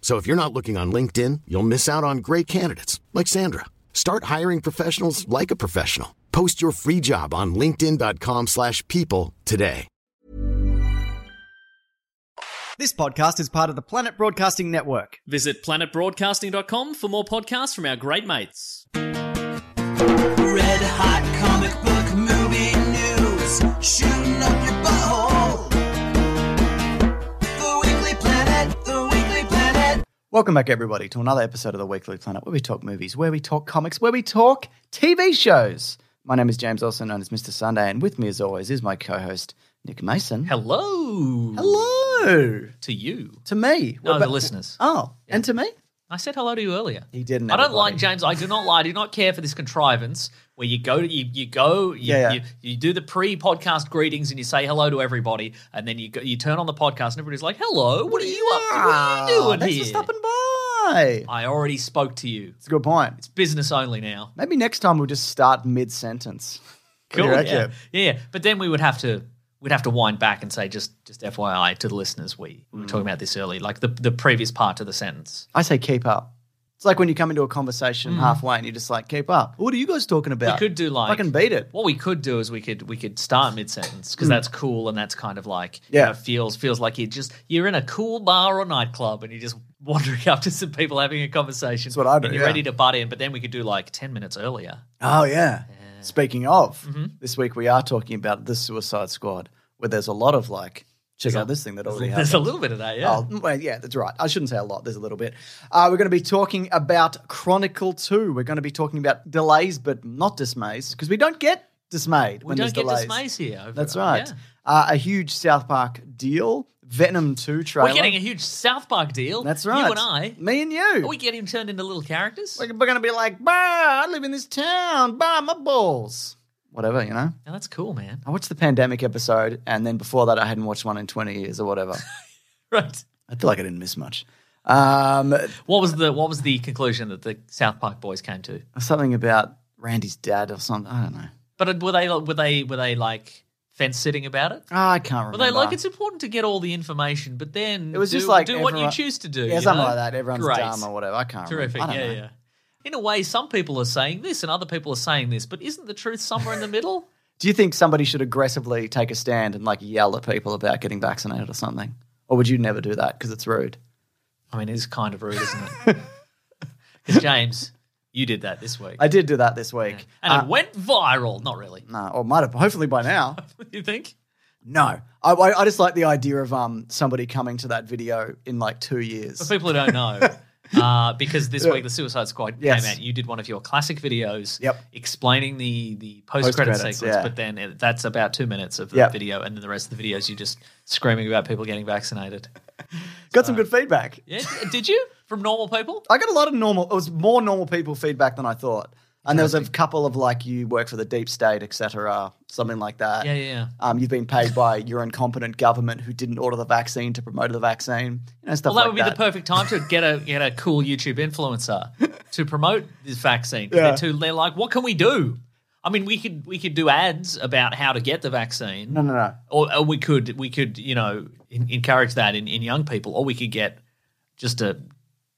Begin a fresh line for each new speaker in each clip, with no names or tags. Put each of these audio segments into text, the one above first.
So if you're not looking on LinkedIn, you'll miss out on great candidates like Sandra. Start hiring professionals like a professional. Post your free job on linkedin.com/people today.
This podcast is part of the Planet Broadcasting Network.
Visit planetbroadcasting.com for more podcasts from our great mates.
Red hot comic book movie news, shooting up your butthole. The Weekly Planet, the Weekly Planet.
Welcome back, everybody, to another episode of the Weekly Planet, where we talk movies, where we talk comics, where we talk TV shows. My name is James Olsen, known as Mr. Sunday, and with me, as always, is my co-host Nick Mason.
Hello.
Hello
To you.
to me.
No,
What
the
about-
listeners.
Oh, and to me.
I said hello to you earlier.
He didn't,
I don't
everybody.
like James. I do not lie. I do not care for this contrivance where you go, you, you go, you,
Yeah, yeah.
you, you do the pre-podcast greetings and you say hello to everybody, and then you go, you turn on the podcast and everybody's like, "Hello, what are you up to? What are you
Ah,
doing
Thanks
here?"
for stopping by.
I already spoke to you.
It's a good point.
It's business only now.
Maybe next time we'll just start mid-sentence. What do
Cool.
you
Yeah. yeah,
reckon?
yeah. But then we would have to we'd have to wind back and say just just FYI to the listeners, we, we were
Hmm.
talking about this early, like the the previous part to the sentence.
I say keep up. It's like when you come into a conversation halfway and you're just like, keep up. What are you guys talking about?
We Mm. could do like
Fucking beat it. Hmm.
What we could do is we could we could start mid sentence because that's cool and that's kind of like
Yeah.
you know, feels feels like you just you're in a cool bar or nightclub and you're just wandering up to some people having a conversation.
That's what I do,
And you're
yeah.
ready to butt in, but then we could do like ten minutes earlier.
Oh yeah. Speaking of,
Mm-hmm.
this week we are talking about the Suicide Squad, where there's a lot of like, check out this thing that already
There's a
happened.
little bit of that, yeah.
Oh, well, yeah, that's right. I shouldn't say a lot. There's a little bit. Uh, we're going to be talking about Chronicle 2. We're going to be talking about delays, but not dismays, because we don't get dismayed
we
when
don't
there's
get
delays.
dismays here. over-
That's right.
yeah.
Uh, a huge South Park deal, Venom 2 trailer.
We're getting a huge South Park deal.
That's right.
You and I.
Me and you.
Are we getting turned into little characters?
We're going to be like, bah, I live in this town, bah, my balls. Whatever, you know.
Yeah, that's cool, man.
I watched the pandemic episode, and then before that, I hadn't watched one in 20 years or whatever.
Right.
I feel like I didn't miss much. Um,
What was the what was the conclusion that the South Park boys came to?
something about Randy's dad or something. I don't know.
But were they were they were they like fence sitting about it?
Ah, I can't remember.
Well, they like it's important to get all the information, but then
It was
do,
just like
do what you
everyone-
choose to do.
yeah,
you
something
know?
like that. Everyone's
Great.
dumb or whatever. I can't
Terrific.
remember. I
yeah,
don't know.
yeah. In a way, some people are saying this, and other people are saying this, but isn't the truth somewhere in the middle?
Do you think somebody should aggressively take a stand and like yell at people about getting vaccinated or something? Or would you never do that because it's rude?
I mean, it is kind of rude, isn't it? 'Cause, James, you did that this week,
I Uh, did do that this week.
and it went viral. Not really.
No, or might have hopefully by now.
you think?
No, I, I, I just like the idea of um somebody coming to that video in like two years.
For people who don't know, uh, because this week the Suicide Squad
Yes.
came out, you did one of your classic videos
Yep.
explaining the the post credit
Post-credits,
sequence,
yeah.
but then it, that's about two minutes of the
Yep.
video, and then the rest of the videos you just screaming about people getting vaccinated.
Got some good feedback.
Yeah, did you from normal people?
I got a lot of normal. It was more normal people feedback than I thought. And there was a couple of like you work for the deep state, etc., something like that.
Yeah, yeah, yeah.
Um, you've been paid by your incompetent government who didn't order the vaccine to promote the vaccine. You know stuff
Well, that
like
would be the perfect time to get a get a cool YouTube influencer to promote this vaccine. 'Cause
Yeah.
They're too, they're like, what can we do? I mean, we could we could do ads about how to get the vaccine.
no, no, no.
or, or we could we could you know in, encourage that in, in young people or we could get just a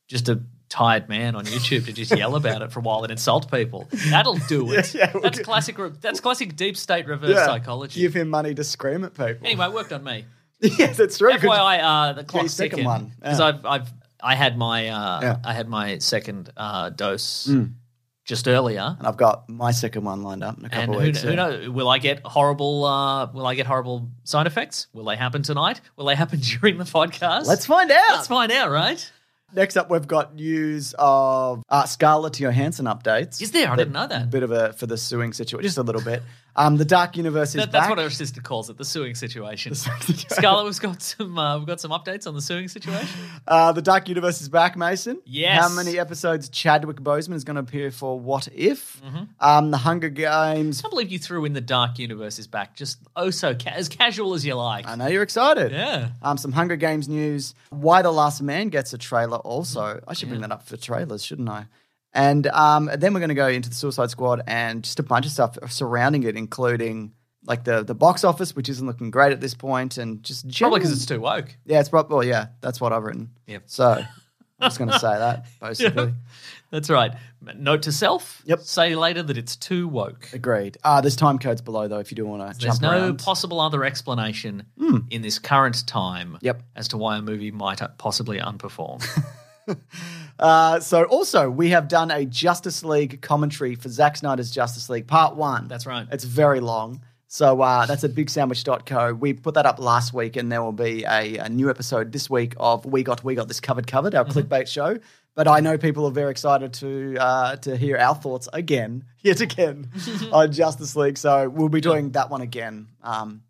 just a tired man on youtube to just yell about it for a while and insult people that'll do it
Yeah, yeah, we'll
that's
do-
classic re- that's classic deep state reverse
Yeah.
psychology
Give him money to scream at people.
anyway it worked on me
yeah, that's true. Good-
fyi uh the clock's
second
ticking
one.
because
Yeah.
i've i've I had my uh,
Yeah. Mm.
I had my second uh, dose just earlier,
And I've got my second one lined up in a
and
couple
who,
of weeks.
who knows? Will I get horrible? Uh, will I get horrible side effects? Will they happen tonight? Will they happen during the podcast?
Let's find out.
Let's find out, right?
Next up, we've got news of uh, Scarlett Johansson updates.
Is there? I didn't know that.
Bit of a for the suing situation, just a little bit. Um, the Dark Universe is
That- that's
back.
what our sister calls it, the suing situation. Scarlett, we've got some uh, we've got some updates on the suing situation.
uh, the Dark Universe is back, Mason.
Yes.
How many episodes Chadwick Boseman is going to appear for? What if?
Mm-hmm.
Um, the Hunger Games.
I can't believe you threw in the dark universe is back, just oh so ca- as casual as you like.
I know you're excited.
Yeah.
Um, some Hunger Games news. Why the Last Man gets a trailer. Also,
Mm-hmm.
I should bring that up for trailers, shouldn't I? And um, then we're going to go into the Suicide Squad and just a bunch of stuff surrounding it, including like the the box office, which isn't looking great at this point, and just
Probably
generally
because it's too woke.
yeah, it's probably well, yeah, that's what I've written.
Yep.
So I'm just going to say that basically.
That's right. Note to self.
Yep.
Say later that it's too woke.
Agreed. Ah, there's time codes below though if you do want to
There's
jump
no
around. Hmm.
possible other explanation in this current time
Yep.
as to why a movie might possibly unperform.
uh, so also we have done a Justice League commentary for Zack Snyder's Justice League Part One.
That's right.
It's very long. So uh, that's at bigsandwich.co. We put that up last week, and there will be a, a new episode this week of We Got We Got This Covered Covered,
Mm-hmm.
our clickbait show. But I know people are very excited to uh, to hear our thoughts again, yet again, on Justice League. So we'll be doing that one again. Um,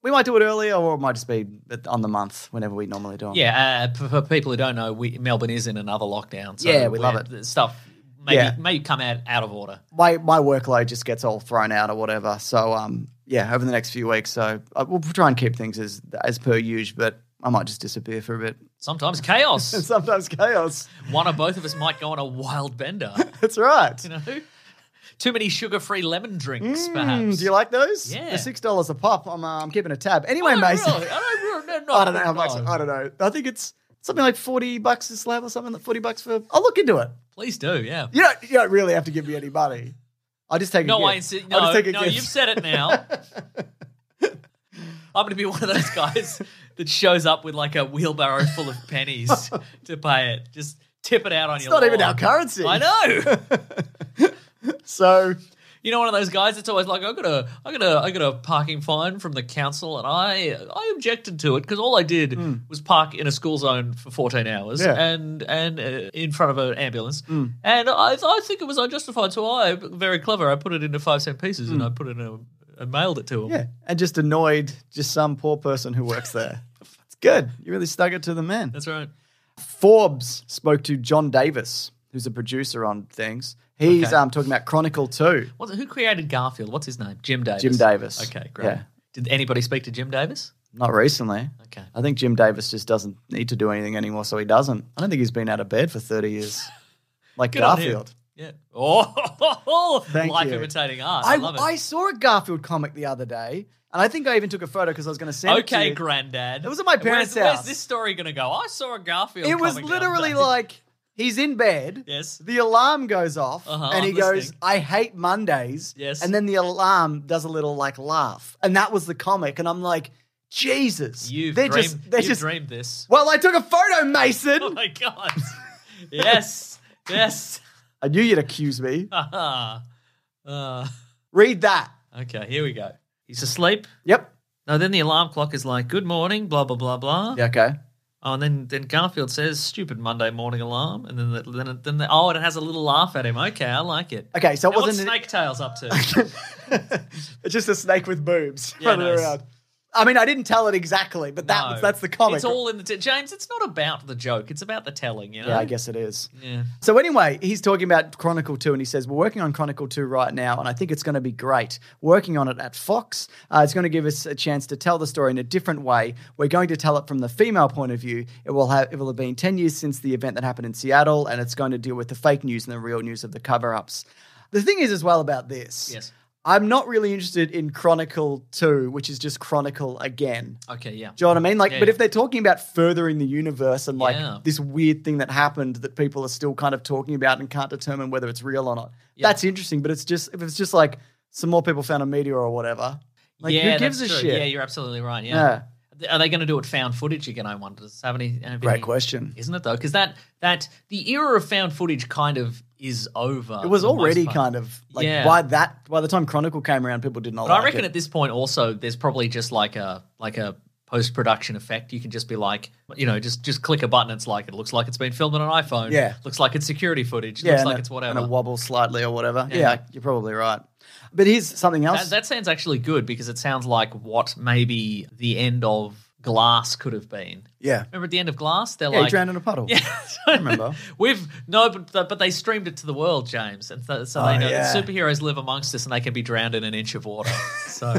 we might do it earlier, or it might just be at- on the month whenever we normally do. 'em.
yeah, uh, for, for people who don't know, we, Melbourne is in another lockdown. So
Yeah, we love
we're-
it.
the Stuff maybe
Yeah.
maybe come out out of order.
my my workload just gets all thrown out or whatever. So um, yeah, over the next few weeks, so uh, we'll try and keep things as as per usual. But I might just disappear for a bit.
Sometimes chaos.
Sometimes chaos.
One or both of us might go on a wild bender.
That's right.
You know, too many sugar-free lemon drinks,
Mm,
perhaps.
do you like those?
Yeah.
They're six dollars a pop. I'm uh, I'm keeping a tab. Anyway,
Oh,
Mason.
really? Oh, I don't, no, no,
I don't know how
no.
much. I don't know. I think it's something like forty bucks a slab or something. Like forty bucks for. I'll look into it.
Please do, yeah.
You don't. You don't really have to give me any money. I just take a
No,
gift.
I insist.
I'll
No,
just take a
no,
gift.
you've said it now. I'm going to be one of those guys that shows up with like a wheelbarrow full of pennies to pay it. Just tip it out on
It's
your.
not even
lawn.
our currency.
I know.
So
You know, one of those guys that's always like, "I got a, I got a, I got a parking fine from the council, and I, I objected to it because all I did was park in a school zone for 14 hours
Hmm. Yeah. Hmm.
and and uh, in front of an ambulance, and I, I think it was unjustified. So I, very clever, I put it into five cent pieces and I put it in a, and mailed it to him.
Hmm. Yeah, and just annoyed just some poor person who works there. it's good. You really stuck it to the man.
That's right.
Forbes spoke to John Davis, who's a producer on things. He's
Okay.
um, talking about Chronicle 2.
What's, who created Garfield? What's his name? Jim Davis.
Jim Davis.
Okay, great.
Yeah.
Did anybody speak to Jim Davis?
Not recently.
Okay.
I think Jim Davis just doesn't need to do anything anymore, so he doesn't. I don't think he's been out of bed for 30 years. Like
Good on him.
Garfield.
Yeah. Oh,
Thank
life
you.
imitating art. I,
I,
love it.
I saw a Garfield comic the other day, and I think I even took a photo because I was going to send it to
Okay,
you.
granddad.
It was at my parents'
where's,
house.
Where's this story going to go? I saw a Garfield.
It was
comic the other
literally
day.
like he's in bed.
Yes.
The alarm goes off,
Uh-huh,
and he
I'm
goes,
listening.
"I hate Mondays."
Yes.
And then the alarm does a little like laugh, and that was the comic. And I'm like, Jesus,
you've
they're
dreamed,
just they're
you've
just.
dreamed this.
Well, I took a photo, Mason.
Oh my god. yes. Yes.
I knew you'd accuse me.
uh, okay,
Read that.
Uh, here we go. He's asleep.
Yep.
No, then the alarm clock is like, "Good morning," blah blah blah blah.
Yeah, okay.
Oh, and then then Garfield says, "Stupid Monday morning alarm," and then the, then it, then the, oh, and it has a little laugh at him. Okay, I like it.
Okay, so it
Now, what's
wasn't.
Snake Tails up to?
it's just a snake with boobs
Yeah,
running
nice.
around. I mean, I didn't tell it exactly, but that
No.
that's the comic.
It's all in the t- James. It's not about the joke. It's about the telling. You know.
yeah, I guess it is.
Yeah.
So anyway, he's talking about Chronicle 2 and he says, we're working on Chronicle 2 right now and I think it's going to be great. Working on it at Fox. Uh, it's going to give us a chance to tell the story in a different way. We're going to tell it from the female point of view. It will have it will have been 10 years since the event that happened in Seattle and it's going to deal with the fake news and the real news of the cover-ups. The thing is as well about this.
Yes.
I'm not really interested in Chronicle 2, which is just Chronicle again.
Okay. Yeah.
Do you know what I mean? Like,
Yeah,
but
yeah.
if they're talking about furthering the universe and like
Yeah.
this weird thing that happened that people are still kind of talking about and can't determine whether it's real or not, that's interesting. But it's just if it's just like some more people found a meteor or whatever, like
yeah,
who gives a
that's true.
shit?
Yeah, you're absolutely right. Yeah.
Yeah.
Are they going to do it found footage again? I wonder. Does it have any? have
Great
any-
question.
Isn't it though? Because that that the era of found footage kind of is over.
It was already kind of like
Yeah.
by that by the time Chronicle came around, people did not.
But
like
I reckon
it.
at this point also there's probably just like a like a post production effect. You can just be like, you know, just just click a button. It's like it looks like it's been filmed on an iPhone.
Yeah.
looks like it's security footage.
yeah,
looks
and
like
it-
it's whatever.
and it wobbles slightly or whatever.
Yeah.
Yeah. you're probably right. But here's something
That,
else.
that sounds actually good because it sounds like what maybe the end of Glass could have been.
yeah,
Remember at the end of Glass, they're
yeah,
like,
you drowned in a puddle.
Yeah,
I remember.
We've no, but th- but they streamed it to the world, James, and th- so they
Oh,
know
yeah.
that superheroes live amongst us and they can be drowned in an inch of water. So,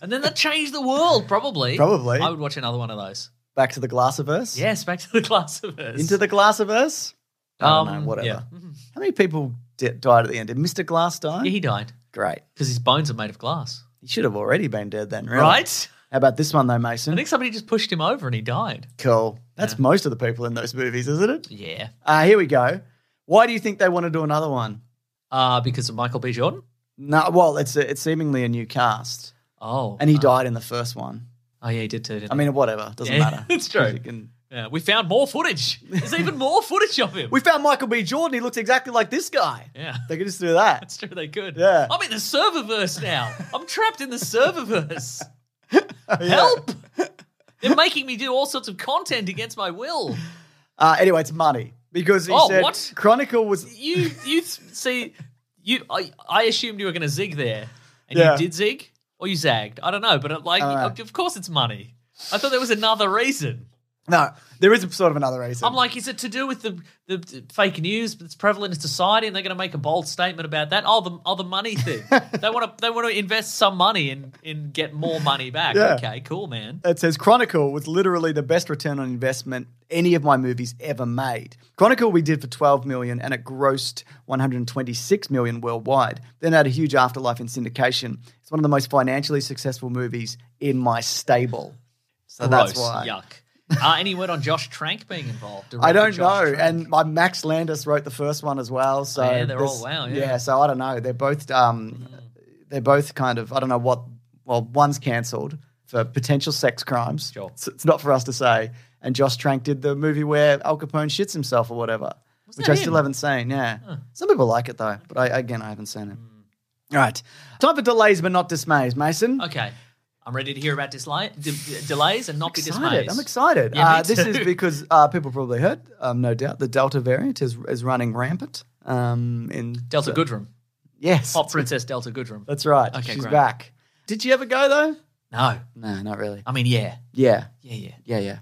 and then that changed the world, probably.
Probably.
I would watch another one of those.
Back to the Glassiverse.
Yes, back to the Glassiverse.
into the Glassiverse. I don't know, whatever.
Um, Yeah.
How many people di- died at the end? Did Mister Glass die?
Mm-hmm. Yeah, he died
Great.
because his bones are made of glass,
He should have already been dead then, really.
right?
How about this one though,
I
Mason?
think somebody just pushed him over and he died.
cool. That's most of the people in those movies, isn't it?
Yeah,
Uh, here we go. Why do you think they want to do another one?
uh, because of Michael B. Jordan.
No, well, it's a, it's seemingly a new cast,
Oh,
and he
uh,
died in the first one.
Oh yeah, he did too. Didn't
I mean, whatever, doesn't
Yeah,
matter.
it's true.
You can-
he? yeah, we found more footage. There's even more footage of him.
we found Michael B. Jordan. He looks exactly like this guy.
yeah.
They could just do that.
That's true, they could.
Yeah.
I'm in the serververse now. I'm trapped in the serververse.
Yeah.
Help! They're making me do all sorts of content against my will.
Uh, anyway, it's money because he
Oh,
said
what?
Chronicle was
You, you th- see, you. I, I assumed you were going to zig there, and
Yeah.
you did zig, or you zagged. I don't know, but like,
Uh.
of course, it's money. I thought there was another reason.
no. There is sort of another reason.
I'm like, is it to do with the, the, the fake news that's prevalent in society, and they're going to make a bold statement about that? Oh, the oh the money thing. they want to they want to invest some money and and get more money back.
Yeah.
Okay, cool, man.
It says Chronicle was literally the best return on investment any of my movies ever made. Chronicle we did for 12 million and it grossed 126 million worldwide. Then had a huge afterlife in syndication. It's one of the most financially successful movies in my stable. So that's
Gross.
why.
Yuck. Uh, any word on Josh Trank being involved?
I don't
Director
know.
Josh Trank.
And my Max Landis wrote the first one as well. So
yeah, they're all
this-
wow, yeah. Hmm.
so I don't know. They're both um they're both kind of I don't know what well, one's cancelled for potential sex crimes.
Sure.
It's, it's not for us to say. And Josh Trank did the movie where Al Capone shits himself or whatever. which
that
I
him?
still haven't seen, yeah. Some people like it though, but I again I haven't seen it. All right. Time for delays but not dismays, Mason.
Hmm. okay, I'm ready to hear about disla- de- de- delays and not be
excited.
dismayed.
I'm excited.
Yeah, me
uh, this
too.
is because uh, people probably heard, um, no doubt, the Delta variant is is running rampant. Um, in
Delta Goodrum,
yes,
pop princess Delta Goodrum.
that's right.
Okay,
She's
great.
back. Did you ever go though?
No,
No, not really.
I mean yeah,
Yeah,
yeah, yeah.
yeah, yeah.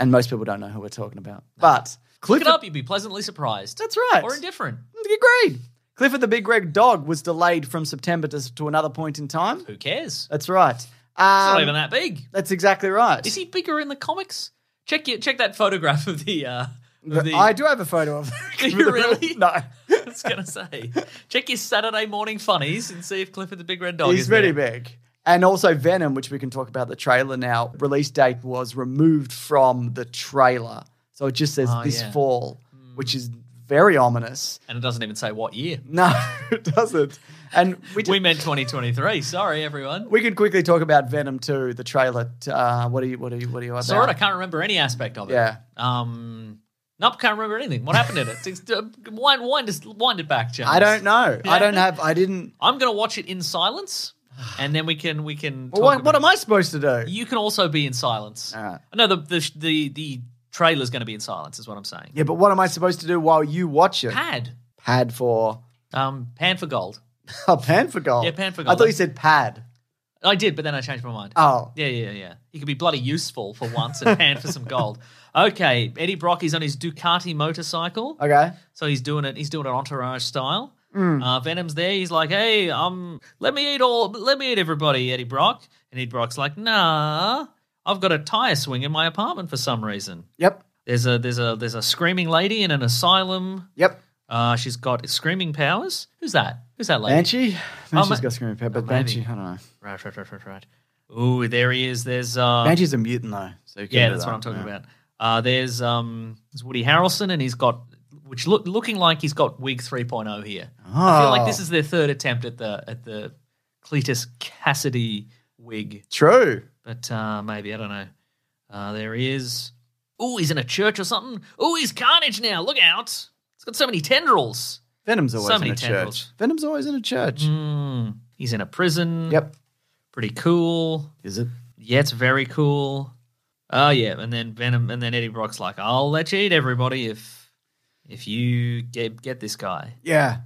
And most people don't know who we're talking about. But
Look
Clifford,
it up. You'd be pleasantly surprised
that's right.
or indifferent.
Agreed. Clifford the Big Red Dog was delayed from September to, to another point in time.
Who cares? It's
That's right.
not
Um,
even that big.
that's exactly right.
Is he bigger in the comics? Check your, check that photograph of the. Uh, of the
I do have a photo of.
Do you really?
No.
I was gonna say, check your Saturday morning funnies and see if Clifford the Big Red Dog
He's
is
very
there.
big. And also Venom, which we can talk about the trailer now. Release date was removed from the trailer, so it just says
Oh,
this
yeah. Hmm.
fall, which is very ominous.
and it doesn't even say what year.
No, it doesn't. And we
We
just,
meant 2023. Sorry, everyone.
we can quickly talk about Venom too. The trailer. t- Uh, what do you? What do you? What do you? About?
Saw it. I can't remember any aspect of it.
Yeah.
Um. Nope. Can't remember anything. What happened in it? Just, uh, Wind, wind, just wind it back, James.
I don't know.
Yeah.
I don't have. I didn't.
I'm gonna watch it in silence, and then we can we can.
Well,
talk
what, what
about
am I supposed to do?
it. You can also be in silence.
All right.
No, the the the the trailer's going to be in silence. Is what I'm saying.
Yeah, but what am I supposed to do while you watch it?
Pad.
Pad for
Um. Pan for gold.
oh, pan for gold.
Yeah, pan for
I
gold.
thought you said pad.
I did, but then I changed my mind.
Oh,
Yeah, yeah, yeah. He could be bloody useful for once and pan for some gold. Okay, Eddie Brock is on his Ducati motorcycle.
okay. Mm.
So he's doing it. He's doing it entourage style. Uh, Venom's there. He's like, "Hey, um, let me eat all. Let me eat everybody, Eddie Brock." And Eddie Brock's like, "Nah, I've got a tire swing in my apartment for some reason."
Yep.
There's a there's a there's a screaming lady in an asylum.
Yep.
Uh, she's got screaming powers. Who's that? Who's that lady?
Banshee?
Oh,
Banshee's
ma-
got screaming pet, but
Oh, maybe.
Banshee, I don't know.
Right, right, right, right, right. Ooh, there he is. There's uh,
Banshee's a mutant though. So you can
Yeah,
do
that's
that.
what I'm talking
Yeah.
about. Uh, there's um, there's Woody Harrelson, and he's got which look looking like he's got wig 3.0 here. I feel like this
Oh.
is their third attempt at the at the Cletus Cassidy wig,
True.
but uh, maybe I don't know. Uh, there is. Oh, he's in a church or something. Oh, he's Carnage now. Look out. He's got so many tendrils.
Venom's always
So
in
many Mm.
a
tendrils.
church. Venom's always in a church.
He's in a prison.
Yep.
Pretty cool.
Is it?
Yeah, it's very cool. Oh yeah, and then Venom, and then Eddie Brock's like, "I'll let you eat everybody if if you get get this guy."
Yeah.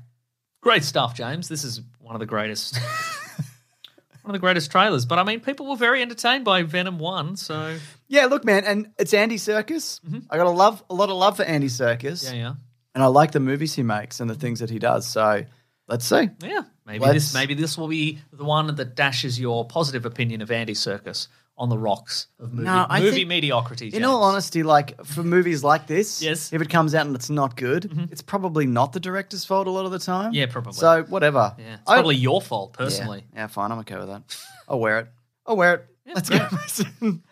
Great stuff, James. This is one of the greatest, one of the greatest trailers. But I mean, people were very entertained by Venom One, so
Yeah, look, man, and it's Andy Circus. I got a love, a lot of love for Andy Circus,
Mm-hmm. yeah, yeah,
and I like the movies he makes and the things that he does. So let's see.
yeah. Maybe
Let's-
this, maybe this will be the one that dashes your positive opinion of Andy Circus on the rocks of movie,
No, I
movie
think-
mediocrity.
In all
James.
honesty, like for movies like this,
Yes. Mm-hmm.
if it comes out and it's not good, it's probably not the director's fault a lot of the time.
Yeah, probably.
So whatever.
yeah, it's
I-
probably your fault
Yeah.
personally.
Yeah, fine. I'm okay with that. I'll wear it. I'll wear it. Let's go. Mason.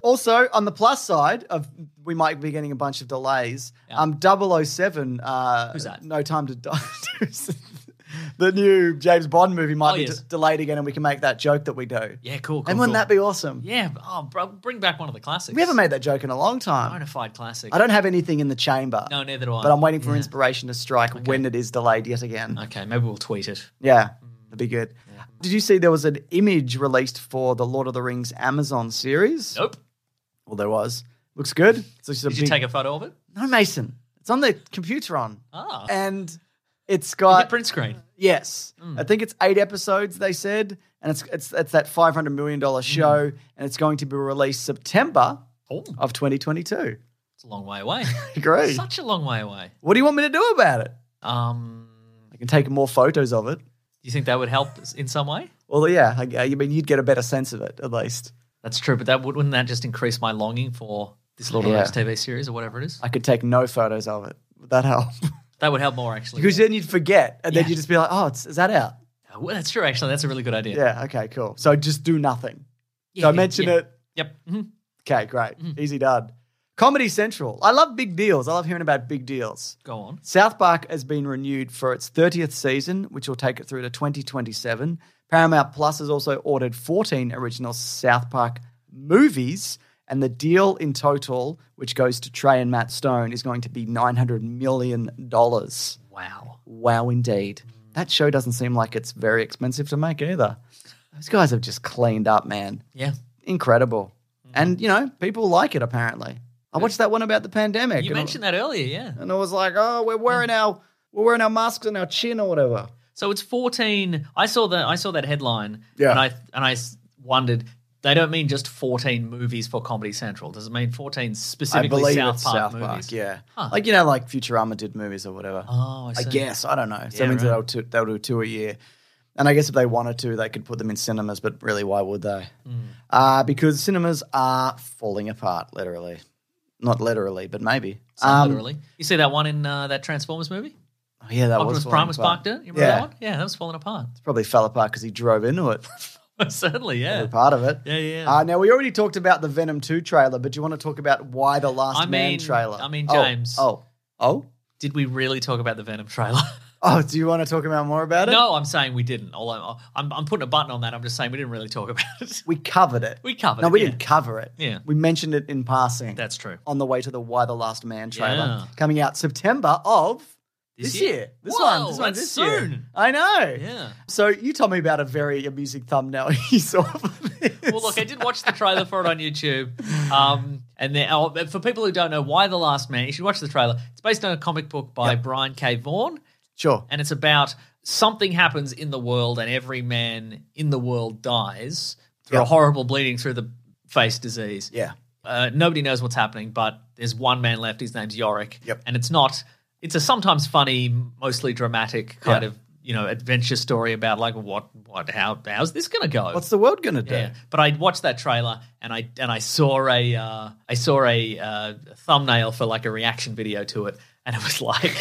also, on the plus side of we might be getting a bunch of delays. Um, 007, uh,
Who's that?
No Time to Die. the new James Bond movie might
Oh,
be
yes.
d- delayed again, and we can make that joke that we do.
Yeah, cool. cool
and wouldn't
cool.
that be awesome?
Yeah, oh, bro, bring back one of the classics.
We haven't made that joke in a long time.
bona fide classic.
I don't have anything in the chamber.
No, neither do I.
But I'm waiting for inspiration to strike when it is delayed yet again.
Okay, maybe we'll tweet it.
Yeah,
Mm.
that'd be good. Did you see there was an image released for the Lord of the Rings Amazon series?
Nope.
Well, there was. Looks good. So just a
Did
big...
you take a photo of it?
No, Mason. It's on the computer on.
Ah,
And it's
Hit
got
print screen.
yes,
Mm.
I think it's eight episodes. They said, and it's it's it's that five hundred million dollar
Mm.
show, and it's going to be released September
Oh,
of twenty twenty two.
it's a long way away.
Agree.
Such a long way away.
What do you want me to do about it?
Um,
I can take more photos of it.
do you think that would help in some way?
Well, yeah, I, I mean, you'd get a better sense of it at least.
That's true, but that would, wouldn't that just increase my longing for this Lord of the
Yeah.
Rings TV series or whatever it is?
I could take no photos of it. Would that help?
That would help more actually.
because then you'd forget, and then
Yeah.
you'd just be like, "Oh, it's, is that out?"
Oh, well, that's true. Actually, that's a really good idea.
Yeah. Okay. Cool. So just do nothing.
Yeah,
so I
yeah,
mention
yeah.
it.
Yep. hmm
Okay. Great. Easy done. Comedy Central. I love big deals. I love hearing about big deals.
Go on.
South Park has been renewed for its 30th season, which will take it through to 2027. Paramount Plus has also ordered 14 original South Park movies, and the deal in total, which goes to Trey and Matt Stone, is going to be $900 million.
Wow.
Wow, indeed. That show doesn't seem like it's very expensive to make either. Those guys have just cleaned up, man.
Yeah.
Incredible. And, you know, people like it apparently. I watched that one about the pandemic.
You
and I-
mentioned Mm. that earlier. Yeah.
and I was like, oh, we're wearing our we're wearing our masks on our chin or whatever.
So it's fourteen. I saw that. I saw that headline.
Yeah.
And I and I s- wondered. They don't mean just fourteen movies for Comedy Central. Does it mean fourteen specifically South Park movies?
yeah. Like you know, like Futurama did movies or whatever.
Oh, I
I
see.
guess I don't know. So that means they'll two, they'll do two a year. And I guess if they wanted to, they could put them in cinemas. But really, why would they?
Mm.
Uh, because cinemas are falling apart, literally. Not literally, but maybe.
So
Um,
literally, you see that one in uh, that Transformers movie.
oh, yeah, that
Optimus
was
Prime was
falling apart.
parked in. You remember
Yeah.
that one? Yeah, that was falling apart.
Probably fell apart because he drove into it.
Certainly,
Probably
yeah.
Part of it.
Yeah, yeah.
Uh, now we already talked about the Venom Two trailer, but do you want to talk about why the Last
I
Man
mean-
trailer?
I mean,
Oh,
James.
Oh, oh,
Did we really talk about the Venom trailer?
oh. Do you want to talk about more about it?
no, I'm saying we didn't. All I'm, I'm, I'm putting a button on that. I'm just saying we didn't really talk about it.
we covered it.
We covered
No,
it,
we
yeah.
didn't cover it.
Yeah.
we mentioned it in passing.
That's true.
on the way to the Why the Last Man trailer
Yeah.
coming out September of
This
this,
year?
year. This one,
Whoa,
this one,
that's
this year.
soon.
I know.
Yeah.
So you told me about a very amusing thumbnail you saw. For this.
Well, look, I did watch the trailer for it on YouTube. Um, and then, oh, but for people who don't know why The Last Man, you should watch the trailer. It's based on a comic book by Brian K. Vaughan,
sure.
and it's about something happens in the world, and every man in the world dies through a
Yep.
horrible bleeding through the face disease.
Yeah.
Uh, nobody knows what's happening, but there's one man left. His name's Yorick.
Yep.
And it's not, it's a sometimes funny, mostly dramatic kind
Yeah.
of, you know, adventure story about like what, what, how, how's this going to go?
What's the world gonna do?
Yeah, but I watched that trailer and I and I saw a uh, I saw a uh, thumbnail for like a reaction video to it, and it was like,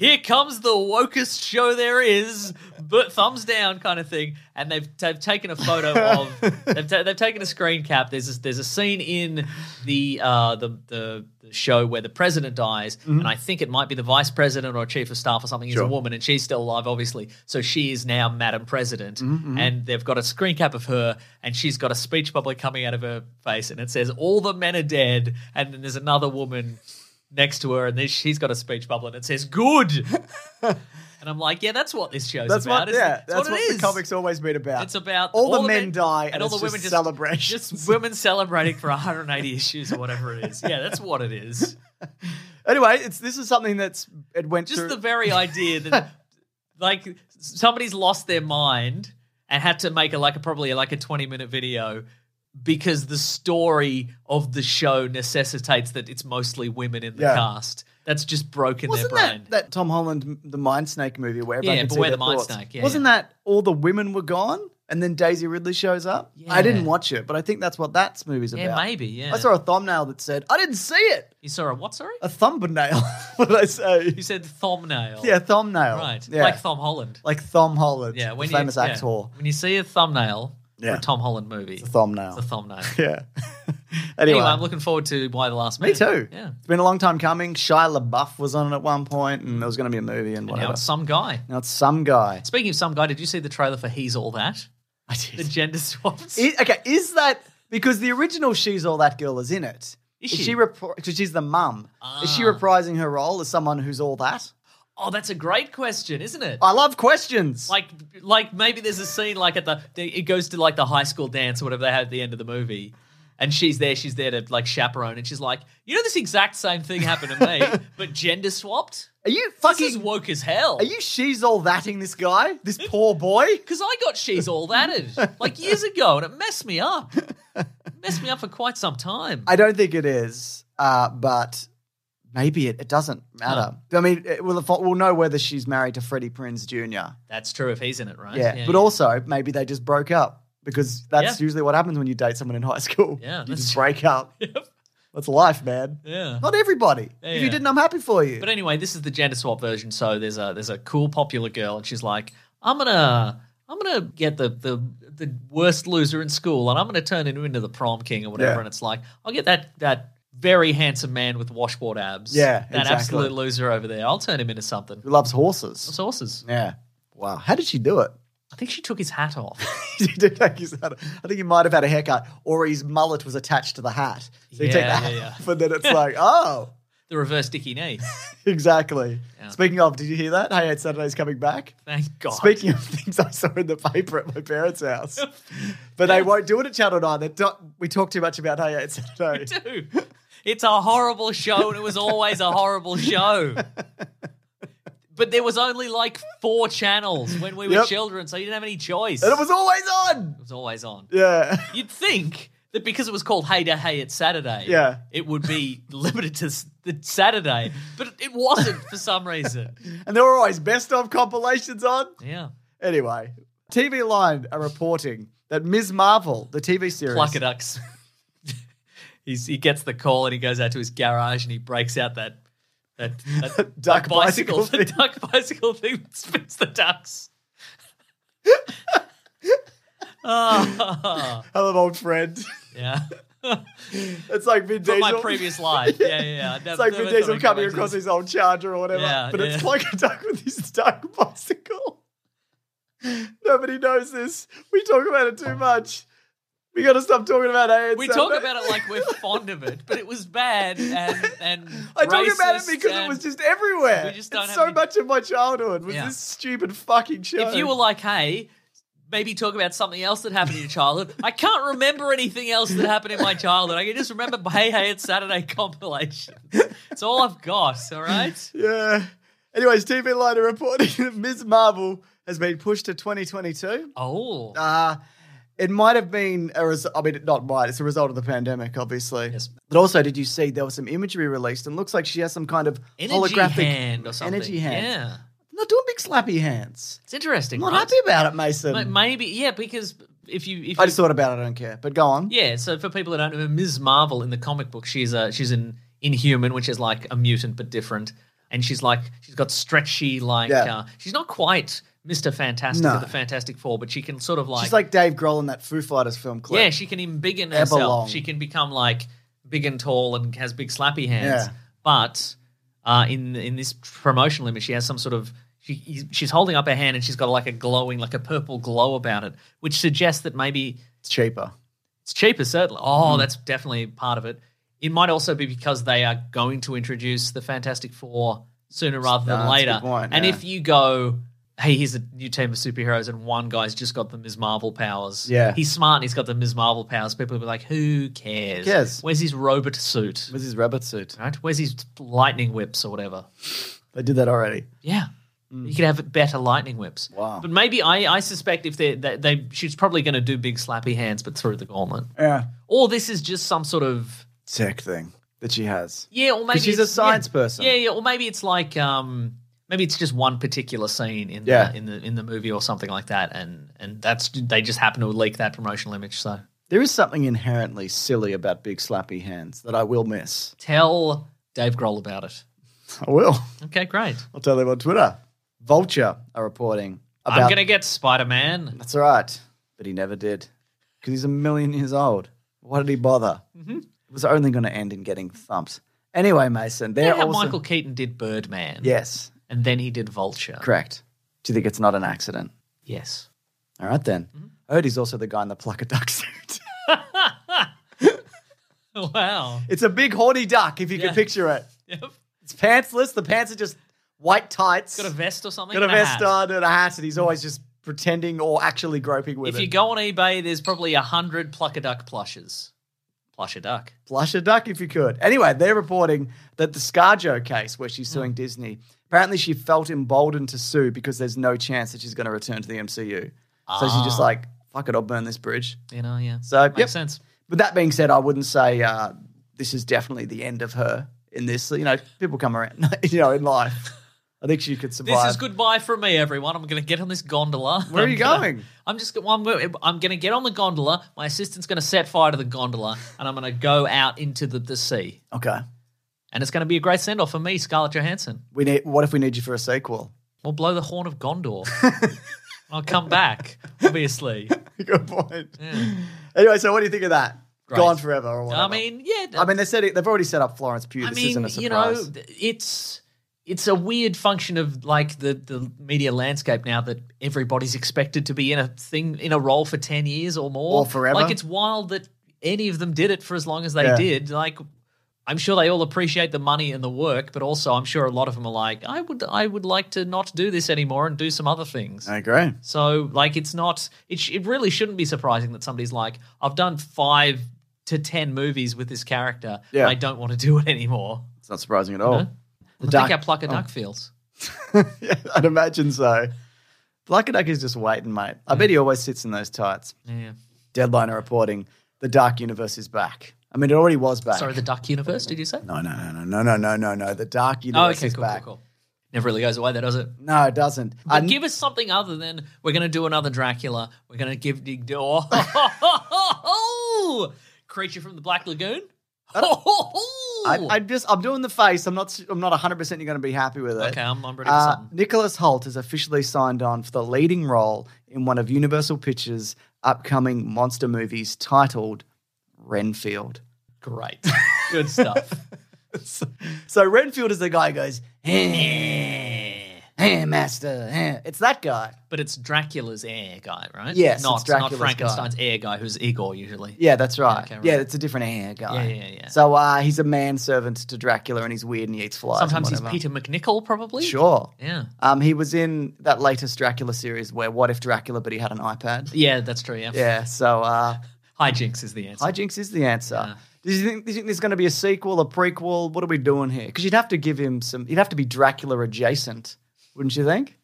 "Here comes the wokest show there is, but thumbs down kind of thing. And they've, they've taken a photo of they've, ta- they've taken a screen cap. There's a, there's a scene in the uh, the, the the show where the president dies, and I think it might be the vice president or chief of staff or something. Is a
Sure.
woman, and she's still alive, obviously. So she is now Madam President, and they've got a screen cap of her, and she's got a speech bubble coming out of her face, and it says "All the men are dead," and then there's another woman. Next to her, and then she's got a speech bubble, and it says "Good." And I'm like, yeah, that's what this show's
That's
about.
what,
isn't it?
yeah, that's
it
what
is.
the comics always been about.
It's about
all, the men, die and,
all
it's
the women
just celebration.
Just women celebrating for 180 issues or whatever it is. Yeah, that's what it is.
anyway, it's this is something that's it went
Just
through.
the very idea that like somebody's lost their mind and had to make a like a probably like a 20 minute video because the story of the show necessitates that it's mostly women in the
Yeah.
cast. That's just broken
wasn't
their brain.
that that Tom Holland the Mind Snake movie where everyone
Yeah,
could see
Beware
their
the Mind
thoughts?
Snake, yeah,
wasn't that all the women were gone and then Daisy Ridley shows up?
Yeah.
I didn't watch it, but I think that's what that movie's
yeah,
about.
maybe. Yeah.
I saw a thumbnail that said, "I didn't see it."
you saw a what? Sorry,
A thumbnail. what did I say?
you said thumbnail.
Yeah, thumbnail.
Right.
Yeah.
Like Tom Holland.
Like Thom Holland.
Yeah.
the
When you,
famous
yeah.
actor.
When you see a thumbnail for
Yeah.
a Tom Holland movie,
The thumbnail.
it's a thumbnail.
yeah.
Anyway,
anyway,
I'm looking forward to Why the Last Man.
me too.
Yeah.
It's been a long time coming. Shia LaBeouf was on it at one point, and there was going to be a movie and whatever.
Now it's some guy.
now it's some guy.
Speaking of some guy, did you see the trailer for He's All That? I did. The gender swaps.
I- okay, is that because the original She's All That Girl is in it?
Is
she?
she? Ah.
repri- 'cause she's the mum. Is she reprising her role as someone who's all that?
oh, that's a great question, isn't it?
I love questions.
like, like maybe there's a scene like at the it goes to like the high school dance or whatever they have at the end of the movie, and she's there, she's there to like chaperone, and she's like, you know, this exact same thing happened to me, but gender swapped.
are you
This is
fucking?
woke as hell.
are you She's All Thatting this guy? This poor boy?
Because I got she's all thatted like years ago, and it messed me up. It messed me up for quite some time.
I don't think it is, uh, but maybe it, it doesn't matter. I mean, it, we'll, we'll know whether she's married to Freddie Prinz Jr. Yeah,
That's true if he's in it, right?
but also maybe they just broke up because that's
Yeah.
usually what happens when you date someone in high school.
Yeah,
you
that's
just
true.
break up.
Yep.
That's life, man.
yeah.
Not everybody. if
yeah.
you didn't, I'm happy for you.
But anyway, this is the gender swap version. So there's a there's a cool popular girl, and she's like, I'm gonna I'm gonna get the the the worst loser in school, and I'm gonna turn him into the prom king or whatever.
Yeah.
And it's like, I'll get that that. Very handsome man with washboard abs.
Yeah,
that
exactly.
absolute loser over there. I'll turn him into something.
Who loves horses?
Sources.
Yeah. Wow. How did she do it?
I think she took his hat off.
He did take his hat. I think he might have had a haircut, or his mullet was attached to the hat. So you take
Yeah,
the hat
yeah, yeah.
off, and then it's like, oh,
the reverse dicky knee.
exactly. Speaking of, did you hear that? Hey, it's Saturday's coming back.
Thank God.
Speaking of things I saw in the paper at my parents' house, but they won't do it at Channel Nine. They don't, we talk too much about Hey, it's Saturday.
Dude, it's a horrible show, and it was always a horrible show. But there was only like four channels when we were
Yep.
children, so you didn't have any choice.
and it was always on.
It was always on.
Yeah.
You'd think that because it was called Hey to Hey It's Saturday,
Yeah.
it would be limited to s- the Saturday, but it wasn't for some reason.
And there were always best of compilations on.
Yeah.
Anyway, TV Line are reporting that Ms. Marvel, the TV series,
Plucker Ducks. He's, he gets the call and he goes out to his garage and he breaks out that that, that, that
Duck bicycle
the
thing.
duck bicycle thing that spins the ducks. oh,
I love old friend.
yeah.
It's like Vin
From
Diesel.
my previous life. Yeah, yeah, yeah.
It's like Vin Diesel coming across his old charger or whatever,
Yeah,
but it's
yeah.
like a duck with his duck bicycle. Nobody knows this. We talk about it too much. We got to stop talking about it.
We talk about it like we're fond of it, but it was bad and and
I talk about it
racist
because it
and-
was just everywhere.
We just don't
It's
have
so
any-
much of my childhood was
Yeah.
this stupid fucking show.
If you were like, hey, maybe talk about something else that happened in your childhood, I can't remember anything else that happened in my childhood. I can just remember, hey, hey, it's Saturday compilation. It's all I've got, all right?
Yeah. Anyways, TV Line are reporting that Ms. Marvel has been pushed to 2022.
Oh.
Uh, it might have been a res- I mean, not might. It's a result of the pandemic, obviously. Yes. But also, did you see there was some imagery released and looks like she has some kind of
Energy
holographic
hand or something.
Energy hand.
Yeah.
Not doing big slappy hands.
It's interesting.
I'm not
right?
happy about it, Mason.
Ma- Maybe, yeah, because if you. If
I
you
just thought about it. I don't care. But go on.
yeah, so for people that don't know, Ms. Marvel in the comic book, she's a, she's an inhuman, which is like a mutant but different. And she's like, she's got stretchy, like,
Yeah.
uh, she's not quite Mr. Fantastic
No.
of the Fantastic Four, but she can sort of like,
She's like Dave Grohl in that Foo Fighters film clip.
yeah, she can embiggen herself.
Eberlong.
She can become like big and tall and has big slappy hands.
Yeah.
But uh, in in this promotional image, she has some sort of she she's holding up her hand and she's got like a glowing, like a purple glow about it, which suggests that maybe
it's cheaper.
it's cheaper, certainly.
Hmm.
Oh, that's definitely part of it. It might also be because they are going to introduce the Fantastic Four sooner rather
Ah,
than
that's a
later.
good point,
and
yeah.
if you go, hey, here's a new team of superheroes, and one guy's just got the Ms. Marvel powers.
Yeah.
He's smart and he's got the Ms. Marvel powers. People will be like, who cares?
Who cares?
Where's his robot suit?
Where's his rabbit suit?
Right? Where's his lightning whips or whatever?
They did that already.
Yeah. You could have better lightning whips.
Hmm. Wow.
But maybe I, I suspect if they, they, they she's probably going to do big slappy hands, but through the gauntlet
Yeah.
or this is just some sort of
Tech thing that she has.
yeah, or maybe
'Cause she's
it's-
a science
yeah.
person.
Yeah, yeah, or maybe it's like um, maybe it's just one particular scene in
Yeah.
the in the in the movie or something like that, and and that's they just happen to leak that promotional image. So
There is something inherently silly about big slappy hands that I will miss.
tell Dave Grohl about it.
I will.
Okay, great.
I'll tell them on Twitter. Vulture are reporting about.
I'm gonna get Spider Man.
That's all right. But he never did because he's a million years old. Why did he bother? Mm-hmm. It was only going to end in getting thumped. Anyway, Mason,
You
they're
know how
also-
Michael Keaton did Birdman,
Yes,
and then he did Vulture.
correct. Do you think it's not an accident?
Yes.
All right then.
Mm-hmm.
I heard he's also the guy in the pluck a duck suit.
Wow.
it's a big horny duck if you
Yeah.
can picture it.
Yep.
It's pantsless. The pants are just white tights.
Got a vest or something.
got a
and
vest
hat.
on and a hat, and he's always just pretending or actually groping with
If
it.
you go on eBay, there's probably a hundred pluck a duck plushes. Plush a duck.
Flush a duck if you could. Anyway, they're reporting that the ScarJo case, where
Hmm.
she's suing Disney, apparently she felt emboldened to sue because there's no chance that she's going to return to the MCU. So she's
Ah.
just like, fuck it, I'll burn this bridge.
You know, yeah.
So,
makes
yep.
sense.
But that being said, I wouldn't say uh, this is definitely the end of her in this. You know, people come around, you know, in life. I think she could
This
survive.
is goodbye from me, everyone. I'm going to get on this gondola.
Where are
I'm
you
gonna-
going?
I'm just. Well, I'm, go- I'm going to get on the gondola. My assistant's going to set fire to the gondola, and I'm going to go out into the, the sea.
Okay.
And it's going to be a great send off for me, Scarlett Johansson.
We need, what if we need you for a sequel?
We'll blow the horn of Gondor. I'll come back, obviously.
Good point. Anyway, so what do you think of that?
Great.
Gone forever or whatever.
I mean, yeah.
I mean, they said it, they've already set up Florence Pugh. This isn't a surprise.
you know, th- it's it's a weird function of like the the media landscape now that everybody's expected to be in a thing in a role for ten years or more
Or forever.
Like it's wild that any of them did it for as long as they
Yeah.
did. Like. I'm sure they all appreciate the money and the work, but also I'm sure a lot of them are like, I would, I would like to not do this anymore and do some other things.
I agree.
So, like, it's not, it, sh- it really shouldn't be surprising that somebody's like, I've done five to 10 movies with this character.
Yeah.
and I don't want to do it anymore.
It's not surprising at all.
No?
The
I
duck- Oh.
think how Pluck a Duck feels.
Yeah, I'd imagine so. Blackaduck is just waiting, mate. I bet he always sits in those tights.
Mm. Yeah.
Deadline are reporting the Dark Universe is back. I mean, it already was back.
Sorry, the Duck Universe, did you say?
no, no, no, no, no, no, no, no, no. The Dark
Oh,
Universe
okay,
is
cool, cool,
back.
cool. Never really goes away, though, does it?
No, it doesn't. I
But give us something other than we're going to do another Dracula. We're going to give Dig Door. Creature from the Black Lagoon.
I, I just, I'm doing the face. I'm not, s- I'm not 100. percent You're going to be happy with it.
okay, I'm, I'm ready for
Uh,
something.
Nicholas Holt has officially signed on for the leading role in one of Universal Pictures' upcoming monster movies titled Renfield.
Great. Good stuff.
So Renfield is the guy who goes, hey, hey master, eh." It's that guy.
But it's Dracula's heir guy, right?
Yes,
not,
it's Dracula's
not Frankenstein's heir guy, who's Igor usually.
Yeah, that's right.
Okay, right.
Yeah, it's a different hair guy.
Yeah, yeah, yeah.
So uh, he's a manservant to Dracula and he's weird and he eats flies. and
Sometimes he's
whatever.
Peter McNichol, probably.
Sure.
Yeah.
Um, he was in that latest Dracula series where What If Dracula, but he had an iPad.
Yeah, that's true. Yeah.
Yeah, so uh,
Hijinks is the answer.
hijinks is the answer. Do you think, do you think there's going to be a sequel, a prequel? What are we doing here? Because you'd have to give him some, you'd have to be Dracula adjacent, wouldn't you think?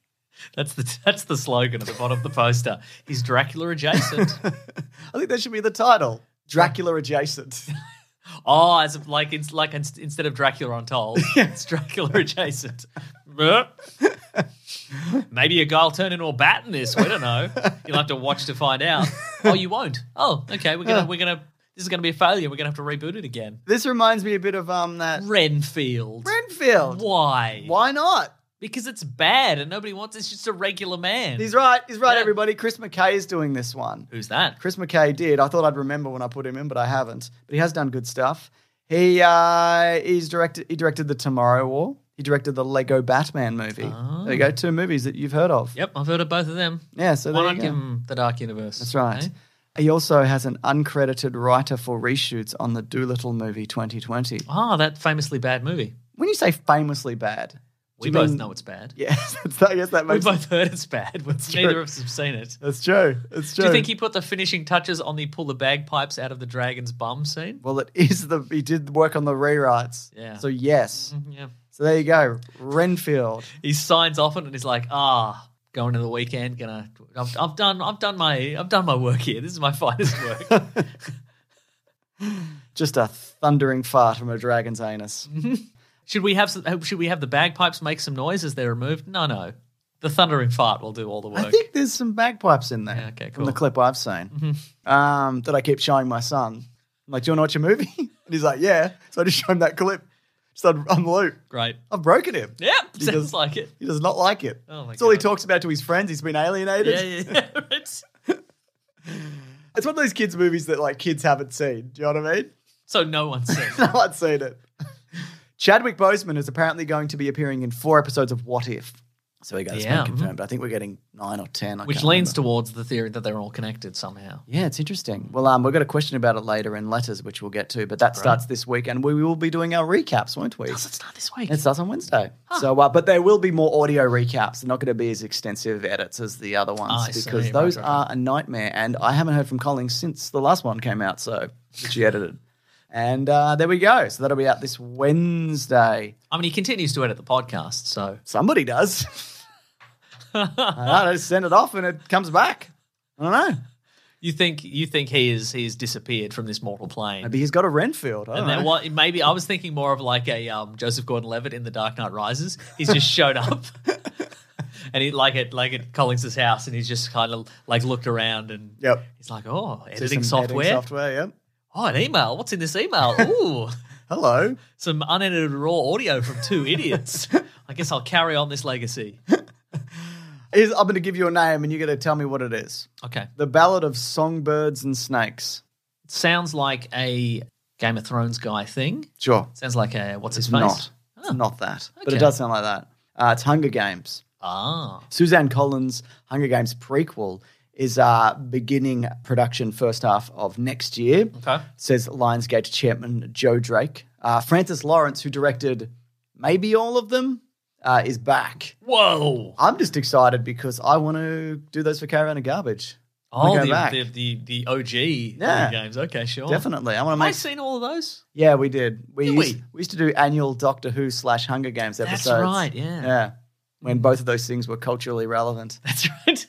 That's the that's the slogan at the bottom of the poster. He's Dracula adjacent.
I think that should be the title Dracula adjacent.
oh, as if, like it's like in, instead of Dracula untold, it's Dracula adjacent. Maybe a guy will turn into a bat in this. We don't know. You'll have to watch to find out. Oh, you won't. Oh, okay. We're gonna we're gonna. This is gonna be a failure. We're gonna have to reboot it again.
This reminds me a bit of um that
Renfield.
Renfield.
Why?
Why not?
because it's bad and nobody wants. It's just a regular man.
He's right. He's right,
Yeah.
everybody. Chris McKay is doing this one.
Who's that?
Chris McKay did. I thought I'd remember when I put him in, but I haven't. But he has done good stuff. He uh, he's directed. He directed the Tomorrow War. He directed the Lego Batman movie. There you go. Two movies that you've heard of.
Yep, I've heard of both of them.
Yeah. So
Why
there
not
you
give
go.
him the Dark Universe?
That's right.
eh?
He also has an uncredited writer for reshoots on the Doolittle movie 2020.
Ah, that famously bad movie.
When you say famously bad, do
We
you
both
mean-
know it's bad.
Yes, that's- I guess that
We
makes
both heard it's bad, but
true.
neither of us have seen it.
That's true. It's true.
Do you think he put the finishing touches on the pull the bagpipes out of the dragon's bum scene?
Well, it is the he did work on the rewrites.
Yeah. Mm-hmm.
So yes.
Yeah.
So there you go, Renfield.
He signs off on it and he's like, ah, going to the weekend, gonna I've, I've done I've done my I've done my work here. This is my finest work.
Just a thundering fart from a dragon's anus.
Mm-hmm. should we have some should we have the bagpipes make some noise as they're removed? No, no. The thundering fart will do all the work.
I think there's some bagpipes in there.
Yeah, okay,
From the
cool. Mm-hmm.
clip I've seen, um, that I keep showing my son. I'm like, "Do you want to watch a movie?" And he's like, "Yeah." So I just show him that clip. Just on, on loop.
Great.
I've broken him.
Yeah,
He
sounds
does-
like it.
He does not like it.
Oh my
That's all he
God.
talks about to his friends. He's been alienated.
Yeah, yeah, yeah. right.
It's one of those kids' movies that like kids haven't seen. Do you know what I mean?
So no one's seen. it.
no one's seen it. Chadwick Boseman is apparently going to be appearing in four episodes of What If. So we got this
Yeah, hmm.
been confirmed. I think we're getting nine or ten. I
Which
can't
leans
remember.
towards the theory that they're all connected somehow.
Yeah, it's interesting. Well, um, we've got a question about it later in letters, which we'll get to, but that starts this week, and we will be doing our recaps, won't we?
Does it start this week?
It starts on Wednesday. So, uh, but there will be more audio recaps. They're not going to be as extensive edits as the other ones
I see.
because
Right,
those
right,
are a nightmare. And I haven't heard from Collings since the last one came out, so which he edited. And uh, there we go. So that'll be out this Wednesday.
I mean, he continues to edit the podcast, so
Somebody does. I don't know, just send it off and it comes back. I don't know.
you think you think he is he's disappeared from this mortal plane.
Maybe he's got a Renfield. I don't
and then
know.
what? Maybe I was thinking more of like a um, Joseph Gordon-Levitt in The Dark Knight Rises. He's just showed up, and he like at like at Collins's house, and he's just kind of like looked around, and
Yep.
he's like, "Oh,
So
editing
some
software.
Editing software, yep.
Oh, an email. What's in this email? Ooh,
Hello.
some unedited raw audio from two idiots. I guess I'll carry on this legacy."
Here's, I'm going to give you a name and you're going to tell me what it is.
Okay,
The Ballad of Songbirds and Snakes.
sounds like a Game of Thrones guy thing.
Sure.
Sounds like a what's his
It's
face?
not. It's not that. But it
Ah. Okay.
does sound like that. Uh, it's Hunger Games.
Ah,
Suzanne Collins' Hunger Games prequel is uh, beginning production first half of next year.
okay.
Says Lionsgate chairman Joe Drake. Uh, Francis Lawrence, who directed maybe all of them, uh, is back.
Whoa!
I'm just excited because I want to do those for Caravan of Garbage. I
Oh,
wanna go back.
the, the the the OG
Yeah.
games. Okay, sure.
Definitely. I want to
Have I
make
seen all of those?
Yeah, we did. We
Did
used,
we?
we? used to do annual Doctor Who slash Hunger Games episodes.
That's right, yeah.
Yeah. When both of those things were culturally relevant,
That's right.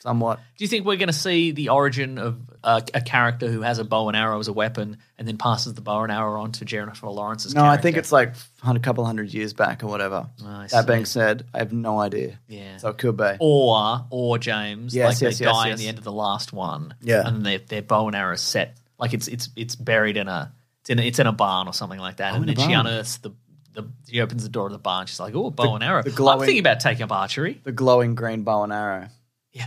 somewhat.
Do you think we're going to see the origin of uh, a character who has a bow and arrow as a weapon and then passes the bow and arrow on to Jennifer Lawrence's
No,
character?
I think it's like a couple hundred years back or whatever.
I
that
see.
being said, I have no idea.
Yeah.
So it could be.
Or, or James,
Yes,
like they
yes, yes,
die in
yes.
the end of the last one.
Yeah.
And their, their bow and arrow is set. Like it's it's it's buried in a it's in a, it's in a barn or something like that. and
Oh, in a
then she
barn.
unearths the, the she opens the door of the barn. She's like, oh, bow and arrow.
the
I'm
glowing-
thinking about taking up archery.
The glowing green bow and arrow.
Yeah.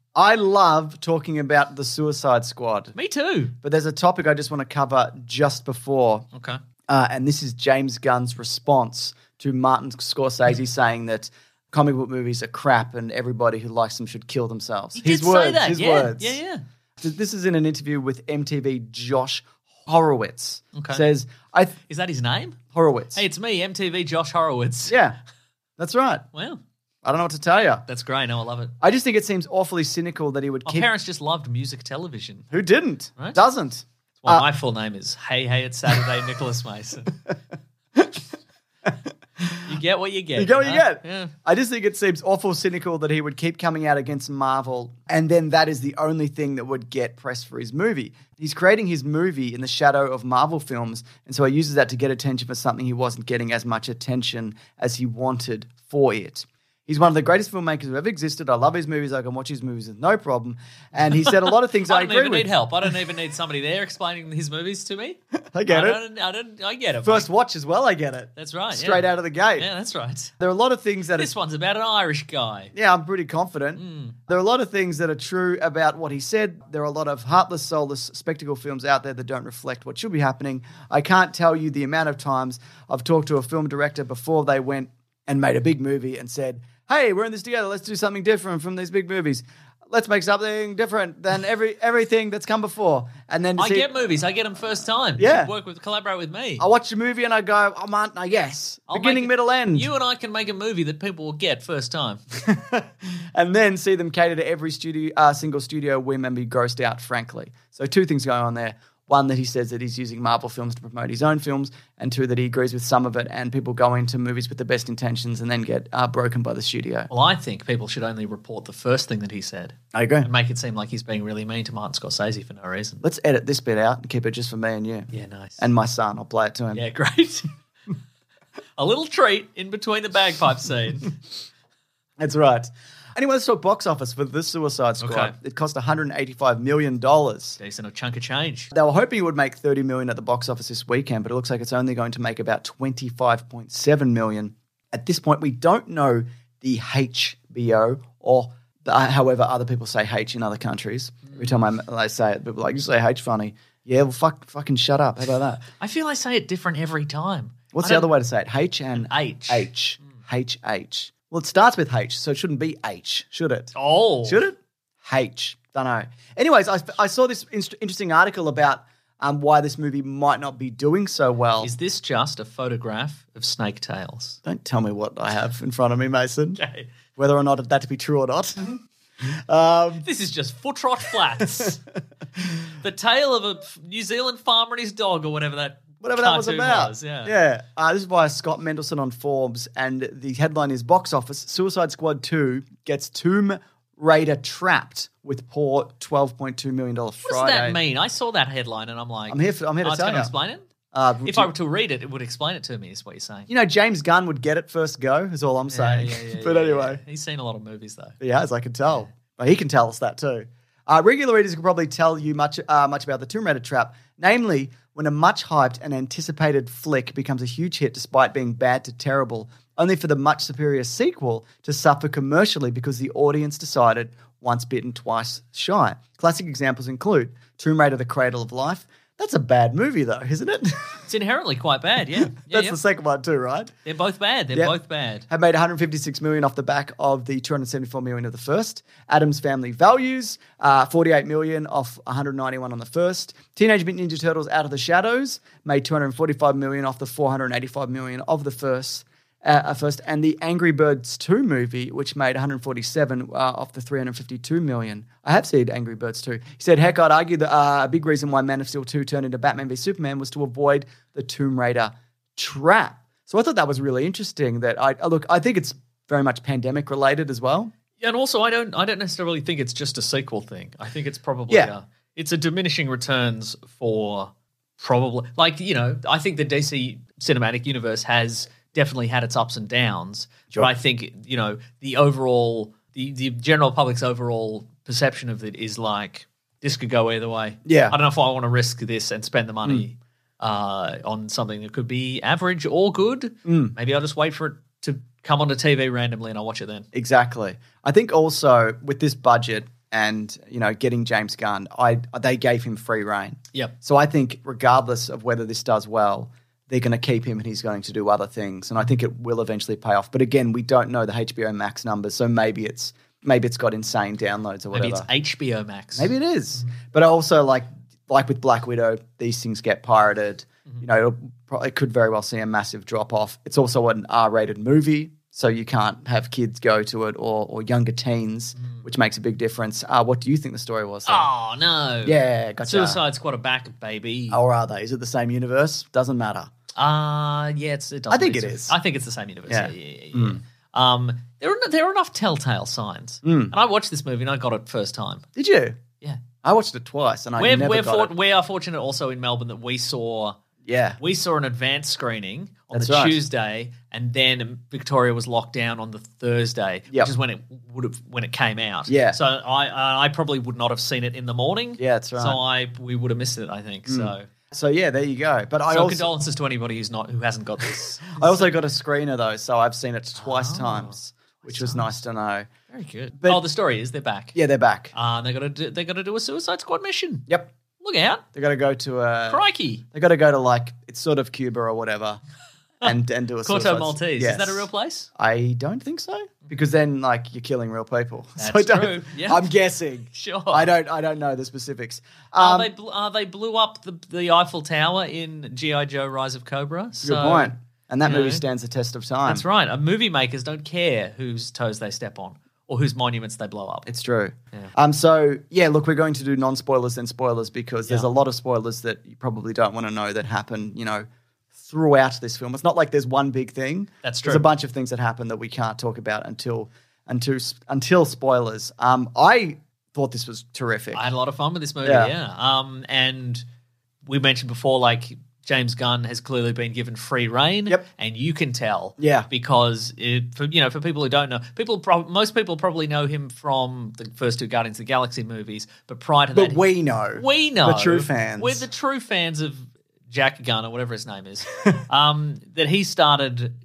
I love talking about the Suicide Squad,
Me too.
but there's a topic I just want to cover just before
Okay.
uh, and this is James Gunn's response to Martin
Hmm.
Scorsese saying that comic book movies are crap and everybody who likes them should kill themselves.
He
his
did
words,
say that.
his
yeah.
words.
Yeah, yeah.
Th- This is in an interview with MTV Josh Horowitz.
Okay.
Says I th-
Is that his name?
Horowitz.
Hey, it's me, MTV Josh Horowitz.
yeah, that's right.
Well,
I don't know what to tell you.
that's great. No, I love it.
I just think it seems awfully cynical that he would
Our
keep.
parents just loved music television.
Who didn't?
Right.
Doesn't.
That's why
Uh,
my full name is Hey Hey It's Saturday Nicholas Mason. you get what you get.
You get what you
know?
get.
Yeah.
I just think it seems awful cynical that he would keep coming out against Marvel, and then that is the only thing that would get press for his movie. He's creating his movie in the shadow of Marvel films, and so he uses that to get attention for something he wasn't getting as much attention as he wanted for it. He's one of the greatest filmmakers who ever existed. I love his movies. I can watch his movies with no problem. And he said a lot of things I,
I don't
agree
even
with.
need help. I don't even need somebody there explaining his movies to me.
I get
I
it.
Don't, I don't. I get it.
First
mate.
watch as well. I get it.
That's right.
Straight
yeah.
out of the gate.
Yeah, that's right.
There are a lot of things that
This
are-
one's about an Irish guy.
Yeah, I'm pretty confident.
Hmm.
There are a lot of things that are true about what he said. There are a lot of heartless, soulless spectacle films out there that don't reflect what should be happening. I can't tell you the amount of times I've talked to a film director before they went and made a big movie and said, "Hey, we're in this together. Let's do something different from these big movies. Let's make something different than every everything that's come before." And then to
I
see-
get movies. I get them first time.
Yeah.
You work with, collaborate with me.
I watch a movie and I go, "Oh man, no, yes,
I'll
beginning,
make it-
middle, end."
You and I can make a movie that people will get first time.
and then see them cater to every studio, uh, single studio whim and be grossed out, frankly. So, two things going on there. One, that he says that he's using Marvel films to promote his own films, and two, that he agrees with some of it, and people go into movies with the best intentions and then get uh, broken by the studio.
Well, I think people should only report the first thing that he said
I agree.
and make it seem like he's being really mean to Martin Scorsese for no reason.
Let's edit this bit out and keep it just for me and you.
Yeah, nice.
And my son, I'll play it to him.
yeah, great. a little treat in between the bagpipe scene.
That's right. Anyway, let's talk box office for this Suicide Squad.
Okay.
It cost $185 million. They
Decent, a chunk of change.
were hoping it would make 30 million at the box office this weekend, but it looks like it's only going to make about 25.7 million. At this point, we don't know the HBO or the, however other people say H in other countries. Every time I'm- I say it, people are like, you say H funny. Yeah, well, fuck, fucking shut up. How about that?
I feel I say it different every time.
What's
I
the
don't-
other way to say it? H and
H.
H. H, H. Well, it starts with H, so it shouldn't be H, should it?
Oh,
Should it? H. Don't know. Anyways, I, I saw this inst- interesting article about um, why this movie might not be doing so well.
Is this just a photograph of snake tails?
Don't tell me what I have in front of me, Mason,
Okay.
whether or not that to be true or not.
Mm-hmm.
um,
This is just foot rot flats. the tale of a f- New Zealand farmer and his dog, or whatever that
whatever that was
cartoon
about.
was, yeah.
Uh, this is by Scott Mendelson on Forbes, and the headline is Box Office Suicide Squad 2 gets Tomb Raider trapped with poor $12.2 million Friday.
What does that mean? I saw that headline and I'm like,
I'm here for- I'm here to
oh, it's
tell
gonna
ya.
Explain it.
Uh,
If I were to read it, it would explain it to me. Is what you're saying?
you know, James Gunn would get it first go, is all I'm saying. but anyway.
he's seen a lot of movies though.
He has, I can tell. But he can tell us that too. Uh, regular readers can probably tell you much uh, much about the Tomb Raider trap. Namely, when a much hyped and anticipated flick becomes a huge hit despite being bad to terrible, only for the much superior sequel to suffer commercially because the audience decided once bitten, twice shy. Classic examples include Tomb Raider The Cradle of Life. That's a bad movie, though, isn't it?
It's inherently quite bad, yeah. yeah
That's
yeah.
the second one, too, right?
They're both bad. They're
Yep.
both bad.
Have made 156 million off the back of the 274 million of the first. Adam's Family Values, uh, 48 million off 191 on the first. Teenage Mutant Ninja Turtles Out of the Shadows made 245 million off the 485 million of the first. Uh, uh, first, and the Angry Birds 2 movie, which made 147 uh, off the 352 million. I have seen Angry Birds 2. He said, Heck, I'd argue that uh, a big reason why Man of Steel 2 turned into Batman v Superman was to avoid the Tomb Raider trap. So I thought that was really interesting. That I uh, look, I think it's very much pandemic related as well.
And also, I don't, I don't necessarily think it's just a sequel thing. I think it's probably
Yeah.
a, it's a diminishing returns for probably like you know. I think the DC cinematic universe has definitely had its ups and downs, but I think you know the overall, the the general public's overall perception of it is like this could go either way.
Yeah. Mm.
I don't know if I want to risk this and spend the money uh, on something that could be average or good.
Mm.
Maybe I'll just wait for it to come onto TV randomly and I'll watch it then.
Exactly. I think also with this budget and you know getting James Gunn, I they gave him free reign.
Yep.
So I think regardless of whether this does well, they're going to keep him and he's going to do other things, and I think it will eventually pay off. But again, we don't know the HBO Max numbers, so maybe it's maybe it's got insane downloads or whatever.
Maybe it's HBO Max.
Maybe it is. But I also like like with Black Widow, these things get pirated. You know, it'll, pro- it could very well see a massive drop off. It's also an R-rated movie, so you can't have kids go to it or or younger teens, which makes a big difference. Uh, what do you think the story was? though?
Mm. Oh no.
yeah, gotcha. Oh.
Suicide Squad are back, baby.
Or are they? Is it the same universe? Doesn't matter.
Uh yeah, it's, it does.
I think it is.
I think it's the same universe.
Yeah. Mm.
Yeah, yeah, yeah. yeah. Um, there are there are enough telltale signs,
Mm.
and I watched this movie and I got it first time.
Did you?
Yeah,
I watched it twice and I
we're
never
we're
got
for,
it.
we are fortunate also in Melbourne that we saw
Yeah.
we saw an advanced screening on
That's
the
right.
Tuesday, and then Victoria was locked down on the Thursday,
Yep.
which is when it would have when it came out.
Yeah.
So I I probably would not have seen it in the morning.
Yeah, that's right.
So I we would have missed it. I think so.
So yeah, there you go. But I
so
also
condolences to anybody who's not who hasn't got this.
I also got a screener though, so I've seen it
Oh.
twice times, which was nice to know.
Very good.
But-
oh, the story is they're back.
Yeah, they're back.
Uh, they got to do, they got to do a Suicide Squad mission.
Yep.
Look out,
They got to go to a.
crikey!
They got to go to like it's sort of Cuba or whatever, and and do a
Corto
suicide-
Maltese.
Yes.
Is that a real place?
I don't think so because then like you're killing real people. so I
That's
don't,
true. Yeah.
I'm guessing.
Sure.
I don't. I don't know the specifics.
Uh,
Um,
they bl- uh, they blew up the, the Eiffel Tower in GI Joe: Rise of Cobra. So
good point. And that
you
movie
know.
stands the test of time.
That's right. Uh, movie makers don't care whose toes they step on or whose monuments they blow up.
It's true. Um. So yeah, look, we're going to do non-spoilers and spoilers because there's a lot of spoilers that you probably don't want to know that happen. You know, throughout this film, it's not like there's one big thing.
That's
There's a
true.
bunch of things that happen that we can't talk about until until until spoilers. Um. I thought this was terrific.
I had a lot of fun with this movie.
Yeah.
Yeah. Um, and we mentioned before, like James Gunn has clearly been given free reign.
Yep.
And you can tell.
Yeah.
Because it, for, you know, for people who don't know, people prob- most people probably know him from the first two Guardians of the Galaxy movies, but prior to
but
that,
we know.
we know
the true fans.
We're the true fans of Jack Gunn or whatever his name is. um, that he started